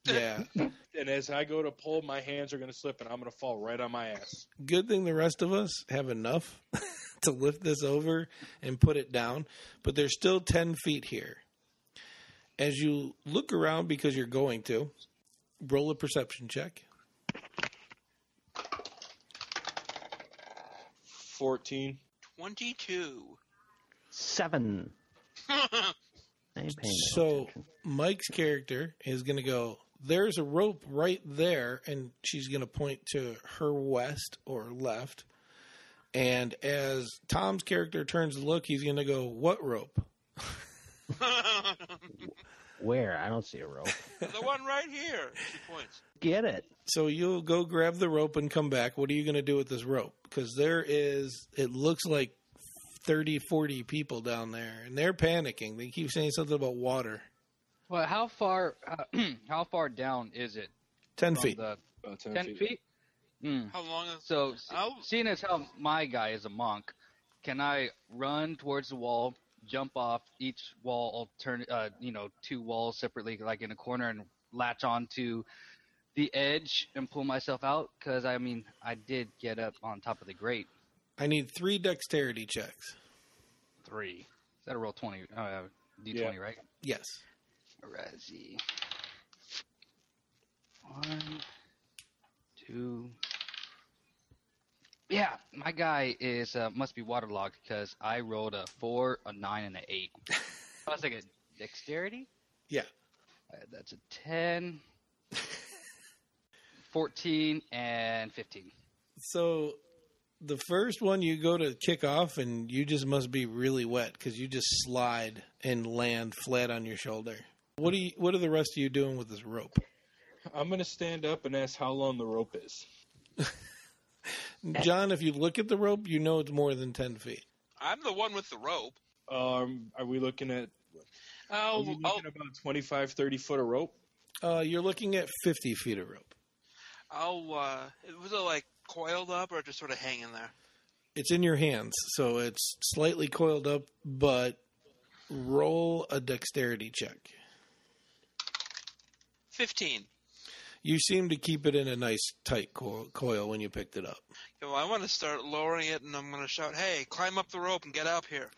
Yeah. And as I go to pull, my hands are gonna slip, and I'm gonna fall right on my ass. Good thing the rest of us have enough to lift this over and put it down, but there's still 10 feet here. As you look around, because you're going to, roll a perception check. Fourteen. Twenty-two. 7. I ain't paying no So attention. Mike's character is going to go, there's a rope right there, and she's going to point to her west or left. And as Tom's character turns to look, he's going to go, what rope? the Where? I don't see a rope. one right here. Two points. Get it. So you'll go grab the rope and come back. What are you going to do with this rope? Because there is, it looks like 30, 40 people down there, and they're panicking. They keep saying something about water. Well, how far? uh, how far down is it? 10 from feet. the- About ten feet. Mm. How long is? So, se- I'll- seeing as how my guy is a monk, can I run towards the wall, jump off each wall, alternate, uh, you know, two walls separately, like in a corner, and latch onto the edge and pull myself out? Because I mean, I did get up on top of the grate. I need three dexterity checks. Three. Is that a roll twenty? Uh, D Yeah. twenty, right? Yes. Razzie. One, two. Yeah, my guy is uh, must be waterlogged because I rolled a four, a nine, and an eight. That's like a dexterity. Yeah. Uh, that's a ten. 14 and 15. So the first one you go to kick off, and you just must be really wet because you just slide and land flat on your shoulder. What do you? What are the rest of you doing with this rope? I'm gonna stand up and ask how long the rope is. John, if you look at the rope, you know it's more than ten feet. I'm the one with the rope. Um, are we looking at? Are we Oh, looking I'll, at about 25, 30 foot of rope? Uh, you're looking at fifty feet of rope. I'll, uh, was it like coiled up or just sort of hanging there? It's in your hands, so it's slightly coiled up, but roll a dexterity check. 15. You seem to keep it in a nice tight coil, coil when you picked it up. Okay, well, I want to start lowering it and I'm going to shout, hey, climb up the rope and get up here.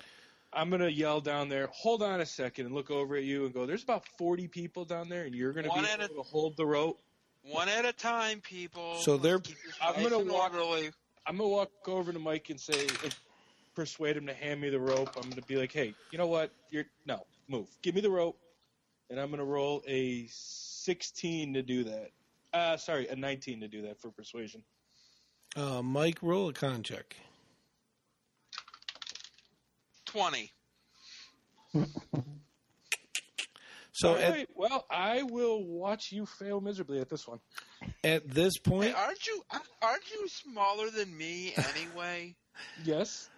I'm gonna yell down there. Hold on a second and look over at you and go. There's about forty people down there, and you're gonna One be at a- able to hold the rope. One at a time, people. So they're- Keep this I'm nice gonna and walk- orderly. I'm gonna walk over to Mike and say, persuade him to hand me the rope. I'm gonna be like, hey, you know what? You're no move. Give me the rope, and I'm gonna roll a 16 to do that. Uh, sorry, a 19 to do that for persuasion. Uh, Mike, roll a con check. 20. So All at, right, well, I will watch you fail miserably at this one. at this Hey, uh, point, aren't you aren't you smaller than me anyway? Yes.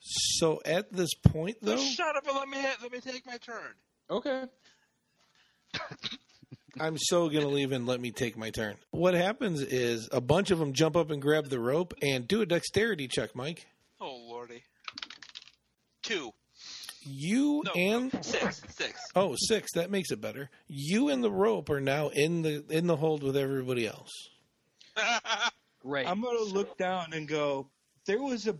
so at this point So though, shut up and let me ha- let me take my turn. Okay. I'm so gonna leave and let me take my turn. What happens is a bunch of them jump up and grab the rope and do a dexterity check, Mike. Oh lordy. Two. You No. and Six. Six. oh six, that makes it better. You and the rope are now in the in the hold with everybody else. Great. I'm gonna look down and go. There was a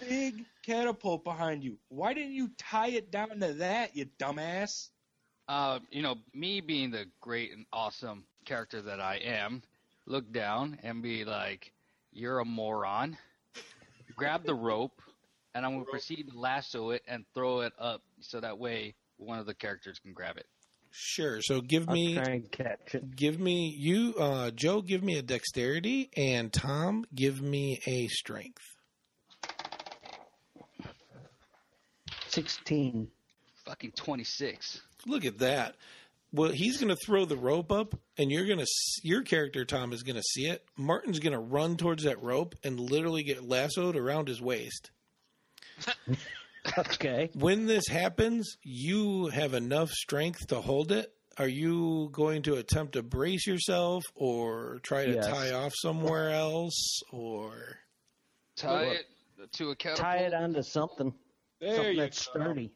big catapult behind you. Why didn't you tie it down to that, you dumbass? Uh, you know, me being the great and awesome character that I am, look down and be like, "You're a moron." Grab the rope, and I'm gonna proceed to lasso it and throw it up so that way one of the characters can grab it. Sure. So give I'll me try and catch it. give me you uh Joe give me a dexterity and Tom give me a strength. 16. Fucking 26. Look at that. Well, he's going to throw the rope up, and you're going to your character Tom is going to see it. Martin's going to run towards that rope and literally get lassoed around his waist. Okay. When this happens, you have enough strength to hold it. Are you going to attempt to brace yourself, or try to Yes. tie off somewhere else, or? Tie Well, it to a catapult. Tie it onto something. There something you that's go. sturdy.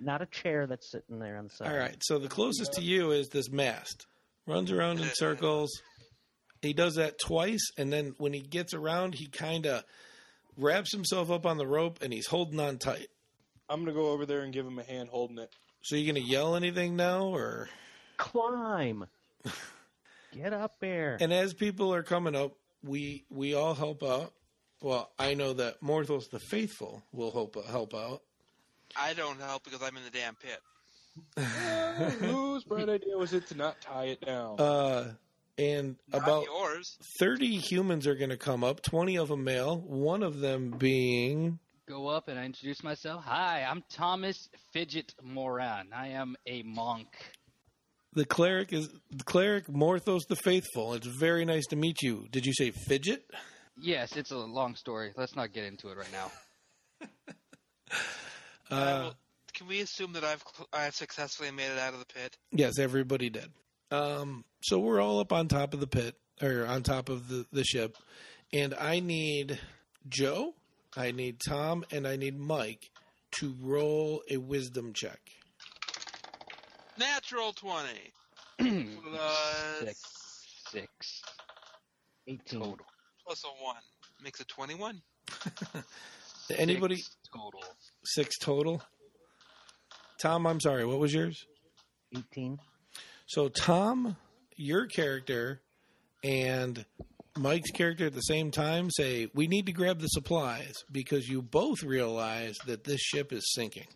Not a chair that's sitting there on the side. All right. So the closest to you is this mast. Runs around in circles. He does that twice, and then when he gets around, he kind of wraps himself up on the rope and he's holding on tight. I'm gonna go over there and give him a hand holding it. So you gonna yell anything now, or? Climb. Get up there. And as people are coming up, we we all help out. Well, I know that Morthos the Faithful will help help out. I don't help because I'm in the damn pit. Whose bright idea was it to not tie it down? Uh, and about Not yours. 30 humans are going to come up, 20 of them male, one of them being Go up and I introduce myself. Hi, I'm Thomas Fidget Moran. I am a monk. The cleric is the cleric Morthos the Faithful. It's very nice to meet you. Did you say fidget? Yes, it's a long story. Let's not get into it right now. I Uh, will- can we assume that I've cl- I've successfully made it out of the pit? yes, everybody did. Um, so we're all up on top of the pit or on top of the, the ship, and I need Joe, I need Tom, and I need Mike to roll a wisdom check. Natural twenty. uh, Plus- Mm, Six. Six 18. total. plus a one makes it 21. Anybody Six total? six total? Tom, I'm sorry. What was yours? 18. So Tom, your character, and Mike's character at the same time say, "We need to grab the supplies because you both realize that this ship is sinking."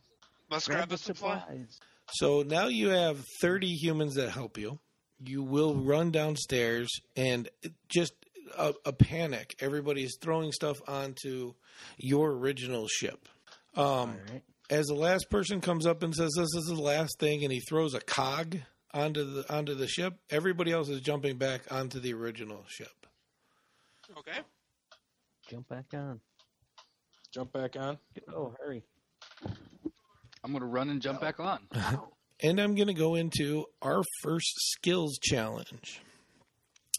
Let's grab, the supply. So now you have 30 humans that help you. You will run downstairs and just a, a panic. Everybody's throwing stuff onto your original ship. Um, All right. as the last person comes up and says this, is the last thing and he throws a cog onto the onto the ship everybody else is jumping back onto the original ship Okay. Jump back on. Jump back on. Oh, hurry. I'm gonna run and jump back on. and i'm going to go into our first skills challenge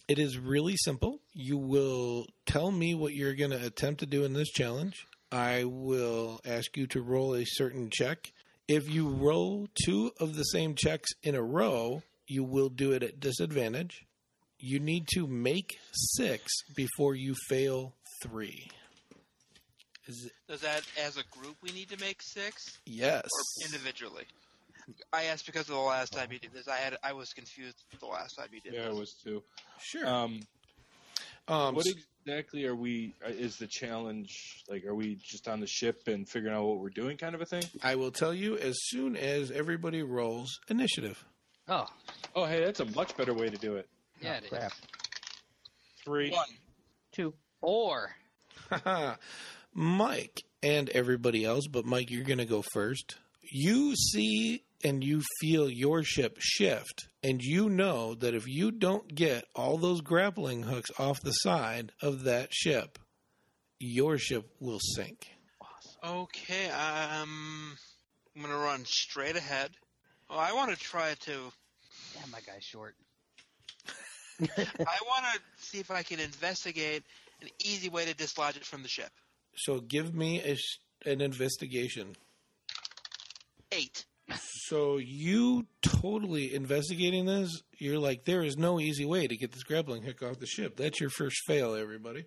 it is really simple you will tell me what you're going to attempt to do in this challenge i will ask you to roll a certain check if you roll two of the same checks in a row you will do it at disadvantage you need to make six before you fail three Is- Does that, as a group, we need to make six? yes or individually? I asked because of the last time you did this. I had I was confused the last time you did Yeah, it this. was too. sure Um, um, what exactly are we? uh, Is the challenge like? Are we just on the ship and figuring out what we're doing, kind of a thing? I will tell you as soon as everybody rolls initiative. Oh, Oh, hey, that's a much better way to do it. yeah, it is. Oh, crap. Three. One. Two. Or Mike and everybody else, but Mike, you're going to go first. You see and you feel your ship shift, and you know that if you don't get all those grappling hooks off the side of that ship, your ship will sink. Okay, um, I'm gonna run straight ahead. Oh, I want to try to. damn, my guy's short. I want to see if I can investigate an easy way to dislodge it from the ship. So give me a, s- an investigation. Eight. So you totally investigating this? You're like, there is no easy way to get this grappling hook off the ship. That's your first fail, everybody.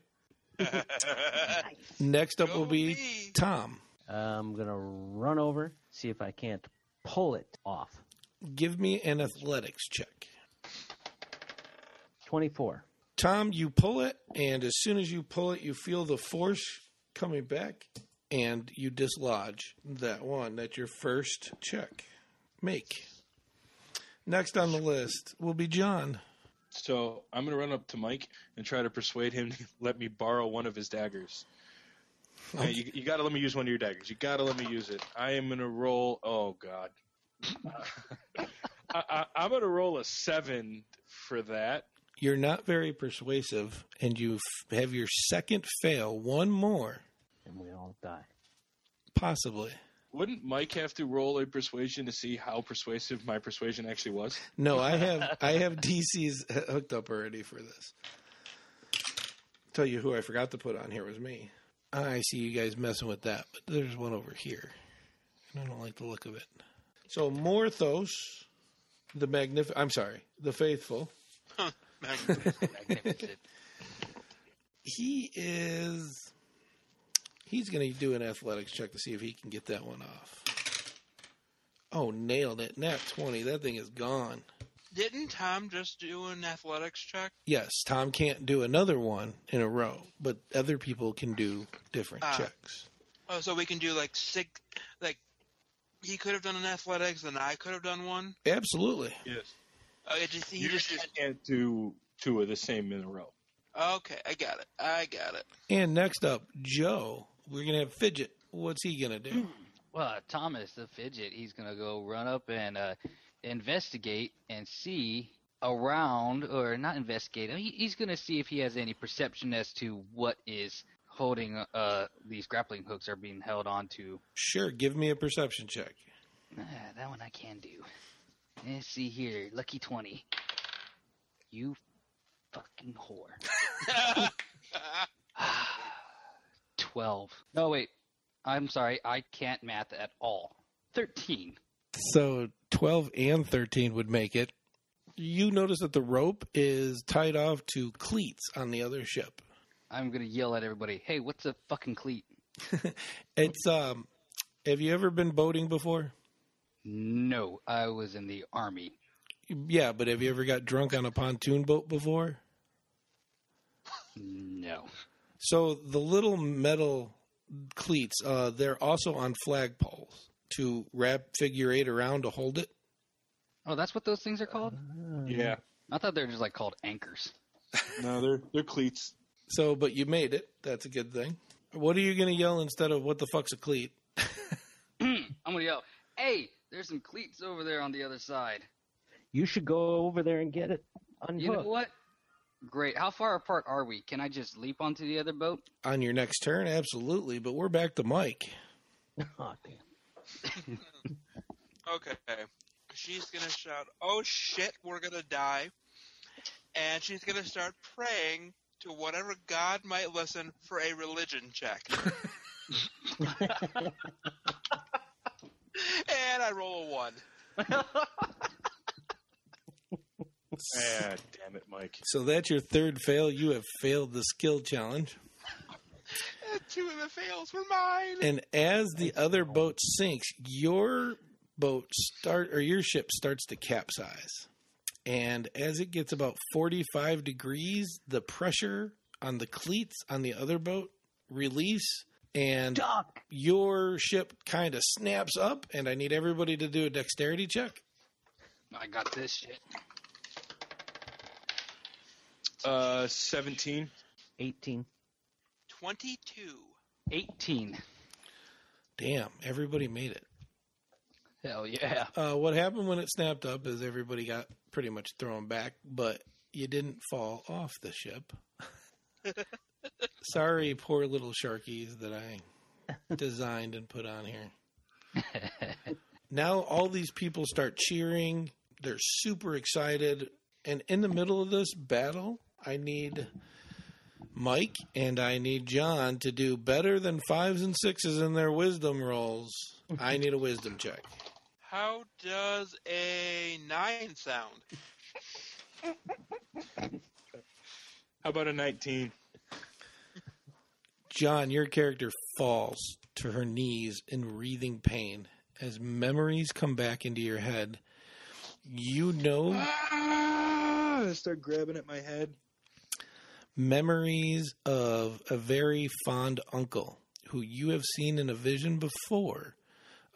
Next up will Go be me. Tom. I'm gonna run over, see if I can't pull it off. Give me an athletics check. Twenty-four. Tom, you pull it, and as soon as you pull it, you feel the force coming back, and you dislodge that one. That's your first check. Make. Next on the list will be John. So I'm gonna run up to Mike and try to persuade him to let me borrow one of his daggers. Hey, you, you gotta let me use one of your daggers. You gotta let me use it. I am gonna roll. Oh God. I, I, I'm gonna roll a seven for that. you're not very persuasive and you f- have your second fail one more And we all die. possibly Wouldn't Mike have to roll a persuasion to see how persuasive my persuasion actually was? no i have i have dc's hooked up already for this tell you who i forgot to put on here was me i see you guys messing with that but there's one over here and i don't like the look of it so morthos the magnificent i'm sorry the faithful Magnificent. he is he's going to do an athletics check to see if he can get that one off oh nailed it nat 20 that thing is gone Didn't Tom just do an athletics check? yes tom can't do another one in a row but other people can do different Ah. checks Oh, so we can do like six. Like he could have done an athletics, and I could have done one. absolutely Yes. Oh, it just he You just. just can't do two of the same in a row. Okay, I got it. I got it. and next up joe we're going to have fidget what's he going to do well, uh, Thomas the fidget, he's gonna go run up and uh, investigate and see around, or not investigate. I mean, he- he's gonna see if he has any perception as to what is holding uh, these grappling hooks are being held onto. sure give me a perception check Ah, that one I can do. Let's see here, lucky twenty. You fucking whore. Ah, Twelve. No wait, I'm sorry, I can't math at all. Thirteen. So 12 and 13 would make it. You notice that the rope is tied off to cleats on the other ship. I'm gonna yell at everybody. Hey, what's a fucking cleat? It's um have you ever been boating before? No, I was in the army. Yeah, but have you ever got drunk on a pontoon boat before? No. So the little metal cleats, uh, they're also on flagpoles to wrap figure eight around to hold it. Oh, that's what those things are called. Uh, Yeah. I thought they were just like called anchors. No, they're they're cleats. So, but you made it. That's a good thing. What are you going to yell instead of what the fuck's a cleat? I'm gonna yell, "Hey, there's some cleats over there on the other side." You should go over there and get it unhooked. You know what? Great. How far apart are we? Can I just leap onto the other boat? On your next turn, absolutely. But we're back to Mike. Aw, damn. Okay. She's going to shout, Oh shit, we're going to die. And she's going to start praying to whatever God might listen for a religion check. and I roll a one. Ah, damn it, Mike. So that's your third fail. You have failed the skill challenge. And two of the fails were mine. And as the other boat sinks, your boat start or your ship starts to capsize. And as it gets about 45 degrees, the pressure on the cleats on the other boat release and Duck! your ship kind of snaps up and I need everybody to do a dexterity check. I got this shit. Uh, 17. 18. 22. 18. Damn, everybody made it. Hell yeah. Uh, what happened when it snapped up is everybody got pretty much thrown back, but you didn't fall off the ship. Sorry, poor little sharkies that I designed and put on here. now all these people start cheering. They're super excited. And in the middle of this battle, I need Mike and I need John to do better than fives and sixes in their wisdom rolls. I need a wisdom check. How does a nine sound? How about a 19? John, your character falls to her knees in wreathing pain as memories come back into your head. You know Ah! I start grabbing at my head. memories of a very fond uncle who you have seen in a vision before,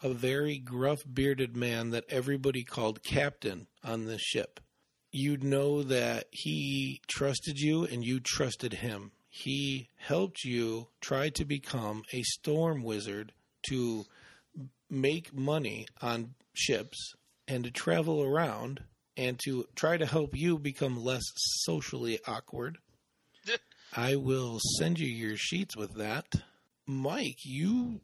a very gruff bearded man that everybody called captain on this ship. You know that he trusted you and you trusted him. He helped you try to become a storm wizard to make money on ships and to travel around and to try to help you become less socially awkward. I will send you your sheets with that. Mike, you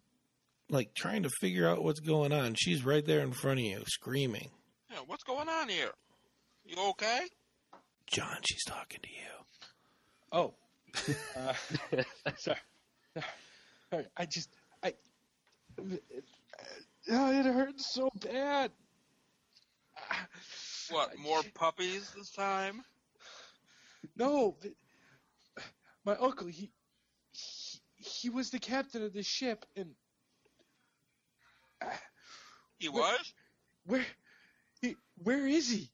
like trying to figure out what's going on. She's right there in front of you screaming. Yeah, what's going on here? You okay? John, she's talking to you. Oh. Uh, sorry. sorry. I just. I. Oh, it hurts so bad. What, more puppies this time? No, th- my uncle he, he he was the captain of the ship, and He was? where he, where is he?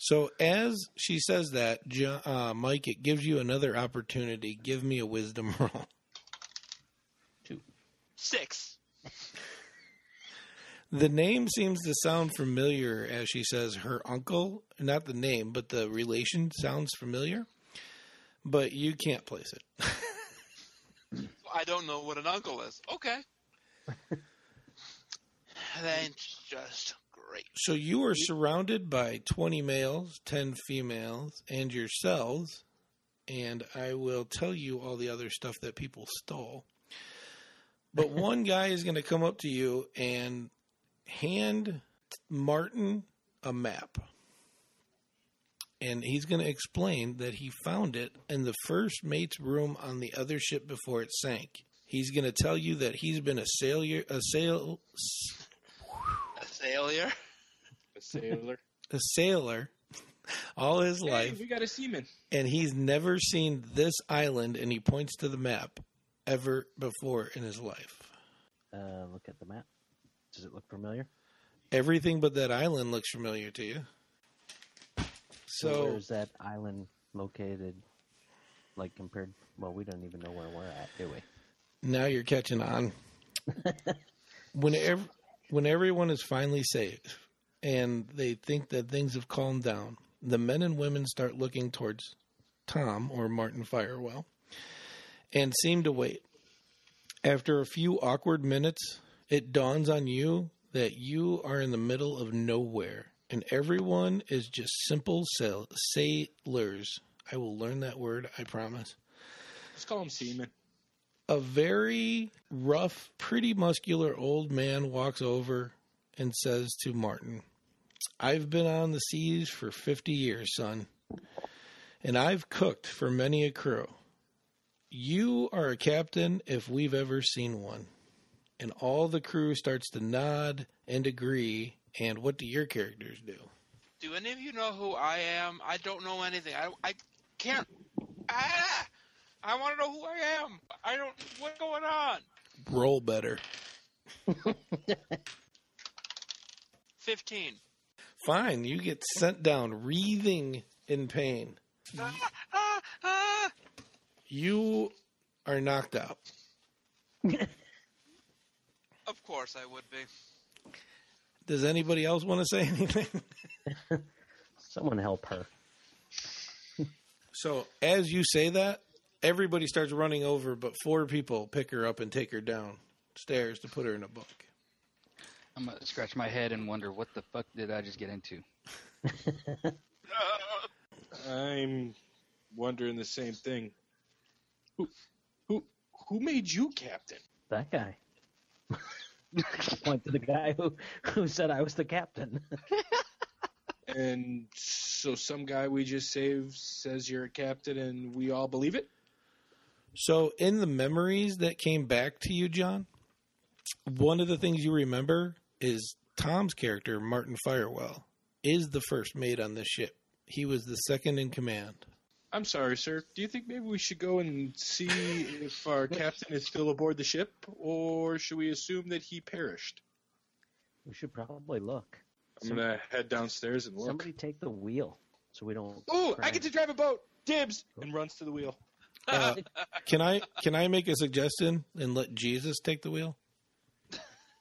So as she says that, Jo- uh, Mike, it gives you another opportunity. Give me a wisdom roll. Six. The name seems to sound familiar as she says her uncle, not the name, but the relation sounds familiar, but you can't place it. I don't know what an uncle is. Okay. That's just great. So you are surrounded by 20 males, 10 females, and yourselves. And I will tell you all the other stuff that people stole. But one guy is going to come up to you and hand Martin a map. And he's going to explain that he found it in the first mate's room on the other ship before it sank. He's going to tell you that he's been a sailor, a sail, A failure? A sailor. a sailor all his life we got a seaman. and he's never seen this island and he points to the map ever before in his life Uh, look at the map. Does it look familiar? everything but that island looks familiar to you where so is that island located? Like compared, well, we don't even know where we're at, do we? now you're catching on when, ev- when everyone is finally safe and they think that things have calmed down the men and women start looking towards tom or martin firewell and seem to wait. After a few awkward minutes, it dawns on you that you are in the middle of nowhere and everyone is just simple sail- sailors. I will learn that word, I promise. Let's call him Seaman. A very rough, pretty muscular old man walks over and says to Martin, I've been on the seas for 50 years, son, and I've cooked for many a crew. You are a captain if we've ever seen one. And all the crew starts to nod and agree. And what do your characters do? Do any of you know who I am? I don't know anything. I, I can't. Ah! I want to know who I am. I don't. What's going on? Roll better. 15. Fine, you get sent down wreathing in pain. Ah, ah, ah. You are knocked out. Of course I would be. Does anybody else want to say anything? Someone help her. So as you say that, everybody starts running over, but four people pick her up and take her down stairs to put her in a book. I'm gonna scratch my head and wonder what the fuck did I just get into. Ah. I'm wondering the same thing. Who, who, who made you captain? That guy. Point to the guy who, who said I was the captain. And so some guy we just saved says you're a captain, and we all believe it. So in the memories that came back to you, John, one of the things you remember is Tom's character, Martin Firewell, is the first mate on this ship. He was the second in command. I'm sorry, sir. Do you think maybe we should go and see if our captain is still aboard the ship, or should we assume that he perished? we should probably look. I'm gonna head downstairs and look. Somebody take the wheel so we don't. Ooh, I crash. get to drive a boat. Dibs, and runs to the wheel. Uh, can I can I make a suggestion and let Jesus take the wheel?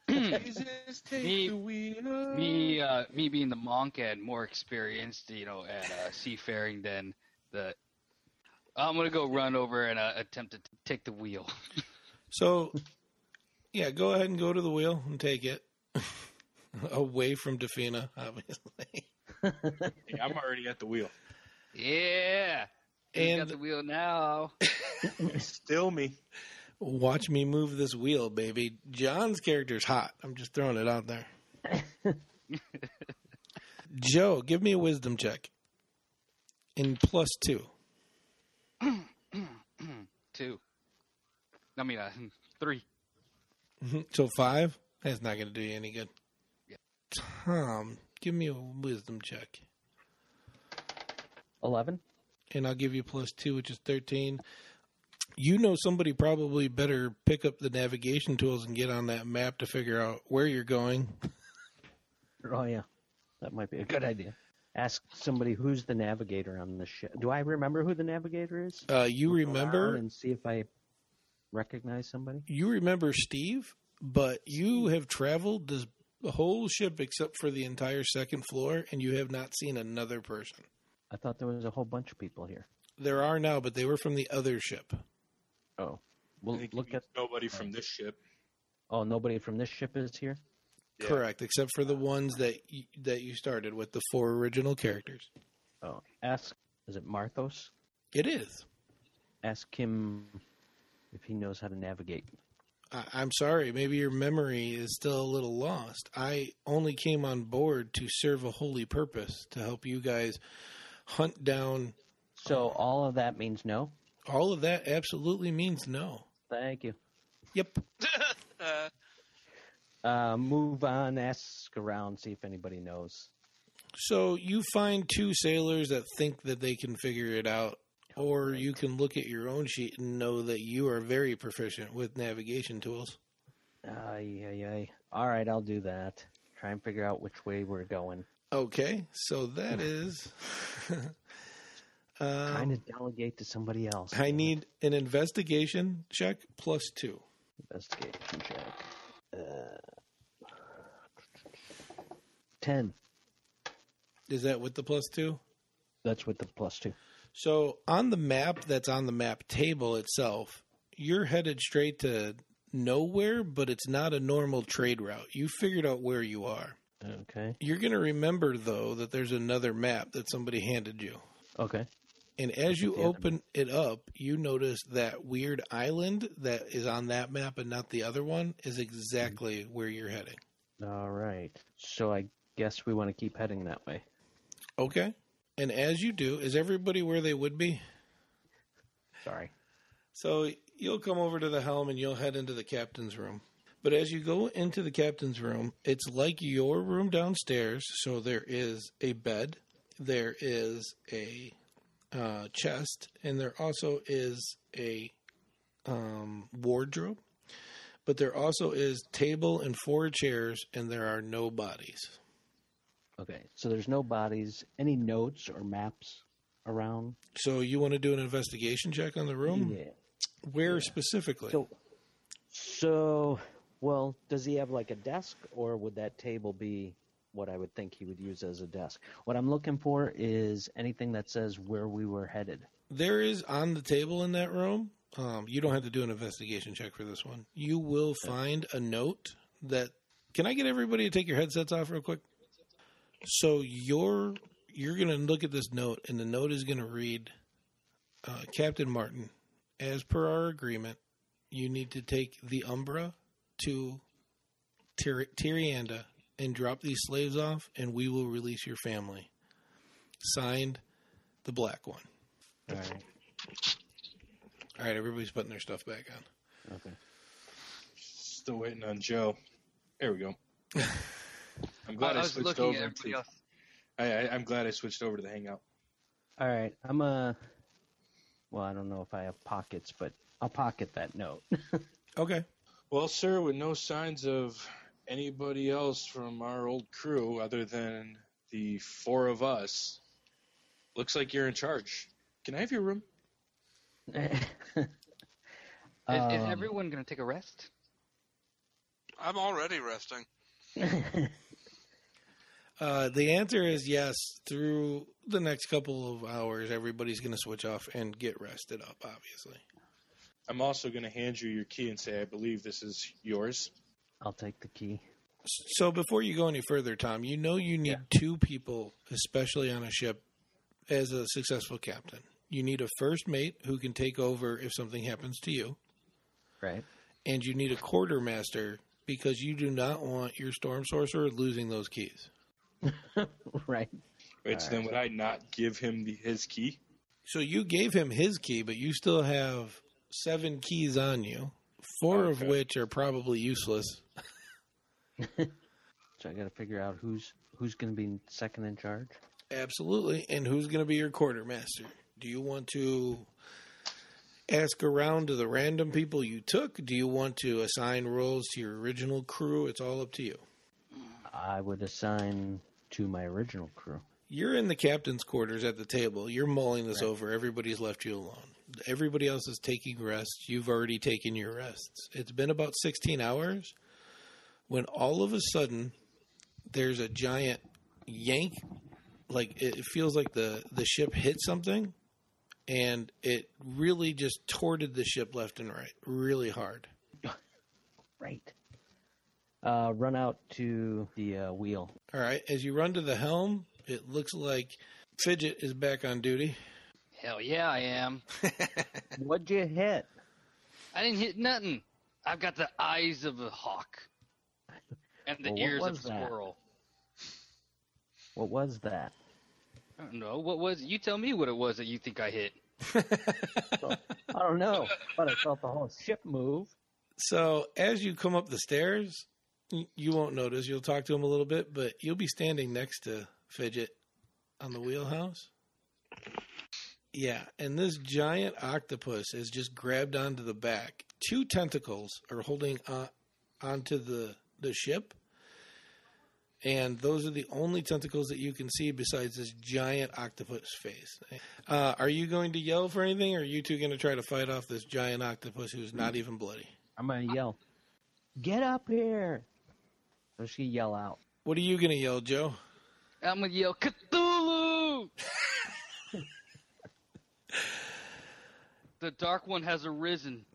Jesus, take Me- the wheel. me uh, me being the monk and more experienced, you know, at uh, seafaring than the. I'm gonna go run over and uh, attempt to t- take the wheel. So, yeah, go ahead and go to the wheel and take it away from Defina, obviously. Hey, I'm already at the wheel. Yeah, He's got And the wheel now. Still me. watch me move this wheel, baby. John's character's hot. I'm just throwing it out there. Joe, give me a wisdom check. In plus two. Two. I mean, uh, three. Mhm. So five? That's not going to do you any good. Yeah. Tom, give me a wisdom check. 11? and I'll give you plus two, which is 13. You know somebody probably better pick up the navigation tools and get on that map to figure out where you're going. Oh, yeah. That might be a good idea. Ask somebody who's the navigator on this ship. Do I remember who the navigator is? Uh, you Go around remember And see if I recognize somebody? you remember Steve, but you have traveled this whole ship except for the entire second floor and you have not seen another person. I thought there was a whole bunch of people here. There are now, but they were from the other ship. Oh. Well, I think look at. nobody from this ship. Oh, nobody from this ship is here? Yeah. Correct, except for the ones that you, that you started with the four original characters. Oh. Ask. Is it Marthos? It is. Ask him if he knows how to navigate. I, I'm sorry, maybe your memory is still a little lost. I only came on board to serve a holy purpose to help you guys hunt down So all of that means no? all of that. Absolutely means no. Thank you. Yep. Uh, Uh, move on, ask around, see if anybody knows. So you find two sailors that think that they can figure it out, or you can look at your own sheet and know that you are very proficient with navigation tools. Ay, ay, ay. All right, I'll do that. Try and figure out which way we're going. Okay, so that is. um, Trying to delegate to somebody else. I need an investigation check plus two. investigation check. Uh, ten. Is that with the plus two? That's with the plus two. So on the map that's on the map table itself, you're headed straight to nowhere, but it's not a normal trade route. You figured out where you are. Okay. You're going to remember though that there's another map that somebody handed you. Okay. And as you the other open it up, you notice that weird island that is on that map and not the other one Mm-hmm. is exactly where you're heading. All right. So I guess we want to keep heading that way. Okay? And as you do, is everybody where they would be? Sorry. So you'll come over to the helm and you'll head into the captain's room. But as you go into the captain's room, it's like your room downstairs. So there is a bed, there is a uh, chest, and there also is a um, wardrobe. But there also is table and four chairs, and there are no bodies. Okay. So there's no bodies, any notes or maps around. So you want to do an investigation check on the room? Yeah. Where specifically? So, so, well, does he have like a desk, or would that table be what I would think he would use as a desk? What I'm looking for is anything that says where we were headed. there is on the table in that room. Um, you don't have to do an investigation check for this one. You will find a note that. Can I get everybody to take your headsets off real quick? So you're you're going to look at this note, and the note is going to read, uh, Captain Martin, as per our agreement, you need to take the Umbra to Tyr- Tyrianda and drop these slaves off, and we will release your family. Signed, the Black One. All right. All right, everybody's putting their stuff back on. Okay. Still waiting on Joe. There we go. I'm glad I, I, was switched looking at over. everybody To, else. I, I, I'm glad I switched over to the Hangout. All right. I'm a. Well, I don't know if I have pockets, but I'll pocket that note. Okay. Well, sir, with no signs of anybody else from our old crew other than the four of us, looks like you're in charge. Can I have your room? Is, is Um, everyone going to take a rest? I'm already resting. Uh, the answer is yes. Through the next couple of hours, everybody's going to switch off and get rested up, obviously. I'm also going to hand you your key and say, I believe this is yours. I'll take the key. So before you go any further, Tom, you know you need two people, especially on a ship, as a successful captain. You need a first mate who can take over if something happens to you, Right. and you need a quartermaster because you do not want your storm sorcerer losing those keys. right. Right, so then would I not give him the, his key? So you gave him his key, but you still have seven keys on you, four of Okay. which are probably useless. So I got to figure out who's who's going to be second in charge. Absolutely. And who's going to be your quartermaster? Do you want to ask around to the random people you took? Do you want to assign roles to your original crew? It's all up to you. I would assign to my original crew. You're in the captain's quarters at the table. You're mulling this over. Everybody's left you alone. Everybody else is taking rests. You've already taken your rests. It's been about 16 hours when all of a sudden there's a giant yank. Like it, it feels like the, the ship hit something and it really just torted the ship left and right really hard. Right. Uh, run out to the uh, wheel. All right. As you run to the helm, it looks like Fidget is back on duty. Hell yeah, I am. What'd you hit? I didn't hit nothing. I've got the eyes of a hawk and the Well, what ears of a was that? squirrel. What was that? I don't know what was. You tell me what it was that you think I hit. I don't know, but I felt the whole ship move. So as you come up the stairs, y- you won't notice. You'll talk to him a little bit, but you'll be standing next to Fidget on the wheelhouse. Yeah, and this giant octopus has just grabbed onto the back. Two tentacles are holding on, onto the the ship, and those are the only tentacles that you can see besides this giant octopus face. Uh, are you going to yell for anything, or are you two going to try to fight off this giant octopus who's not even bloody? I'm gonna yell, "Get up here!" So she yell out. What are you gonna yell, Joe? I'm gonna yell Cthulhu. the dark one has arisen.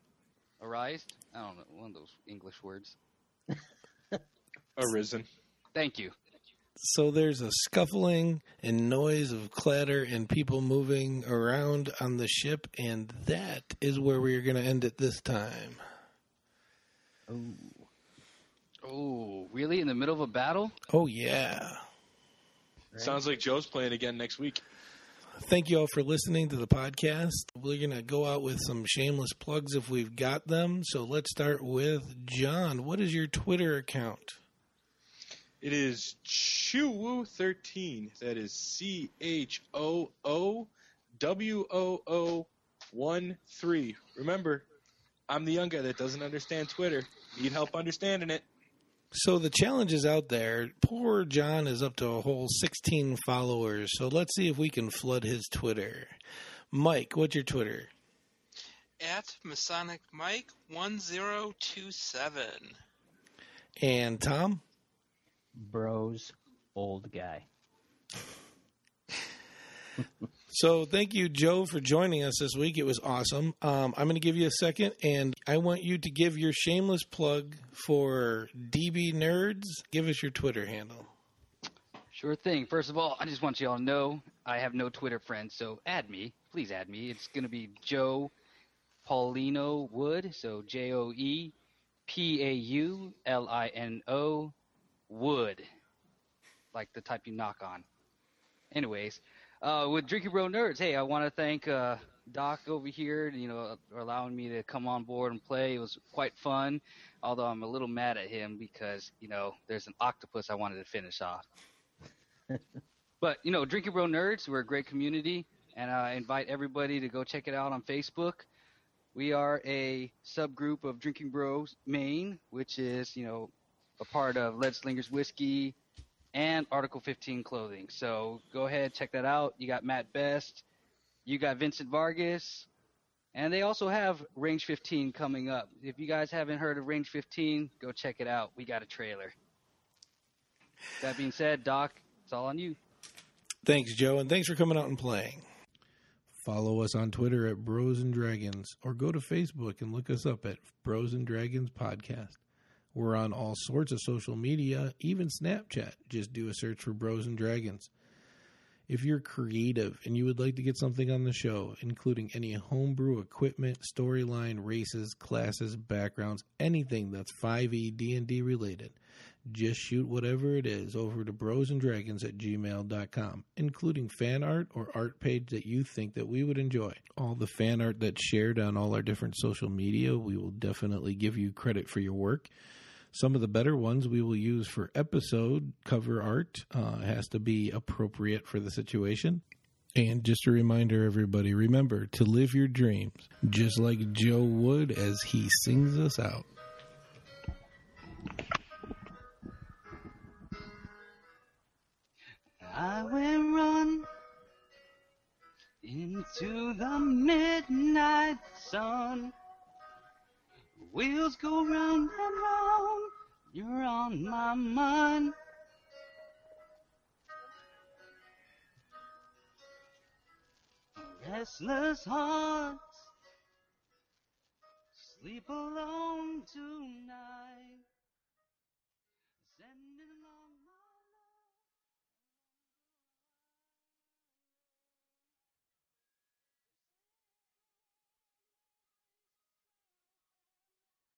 arised. I don't know one of those English words. Arisen. Thank you. So there's a scuffling and noise of clatter and people moving around on the ship, and that is where we are going to end it this time. Oh, Oh, really? In the middle of a battle? Oh, yeah. Sounds like Joe's playing again next week. Thank you all for listening to the podcast. We're going to go out with some shameless plugs if we've got them. So let's start with John. What is your Twitter account? It is Chewu13. That is C H O O W O O 1 3. Remember, I'm the young guy that doesn't understand Twitter. Need help understanding it. So the challenge is out there. Poor John is up to a whole 16 followers. So let's see if we can flood his Twitter. Mike, what's your Twitter? At Masonic Mike 1027. And Tom? bros, old guy. So thank you, Joe, for joining us this week. It was awesome. Um, I'm going to give you a second, and I want you to give your shameless plug for DB Nerds. Give us your Twitter handle. Sure thing. First of all, I just want you all to know I have no Twitter friends, so add me. Please add me. It's going to be Joe Paulino Wood, so J O E P A U L I N O Wood, like the type you knock on. Anyways, uh, with Drinking Bro Nerds, hey, I want to thank uh, Doc over here, you know, for allowing me to come on board and play. It was quite fun, although I'm a little mad at him because, you know, there's an octopus I wanted to finish off. But you know, Drinking Bro Nerds, we're a great community, and I invite everybody to go check it out on Facebook. We are a subgroup of Drinking Bros Maine, which is you know a part of Lead Slingers Whiskey and Article 15 Clothing. So go ahead, check that out. You got Matt Best, you got Vincent Vargas, and they also have Range 15 coming up. If you guys haven't heard of Range 15, go check it out. We got a trailer. That being said, Doc, it's all on you. Thanks, Joe, and thanks for coming out and playing. Follow us on Twitter at Bros and Dragons or go to Facebook and look us up at Bros and Dragons Podcast. We're on all sorts of social media, even Snapchat. Just do a search for Bros and Dragons. If you're creative and you would like to get something on the show, including any homebrew equipment, storyline, races, classes, backgrounds, anything that's E 5e D&D related, just shoot whatever it is over to brosanddragons at gmail.com including fan art or art page that you think that we would enjoy all the fan art that's shared on all our different social media we will definitely give you credit for your work some of the better ones we will use for episode cover art uh, it has to be appropriate for the situation and just a reminder, everybody, remember to live your dreams, just like Joe would as he sings us out. I will run into the midnight sun. Wheels go round and round, you're on my mind. Restless hearts sleep alone tonight.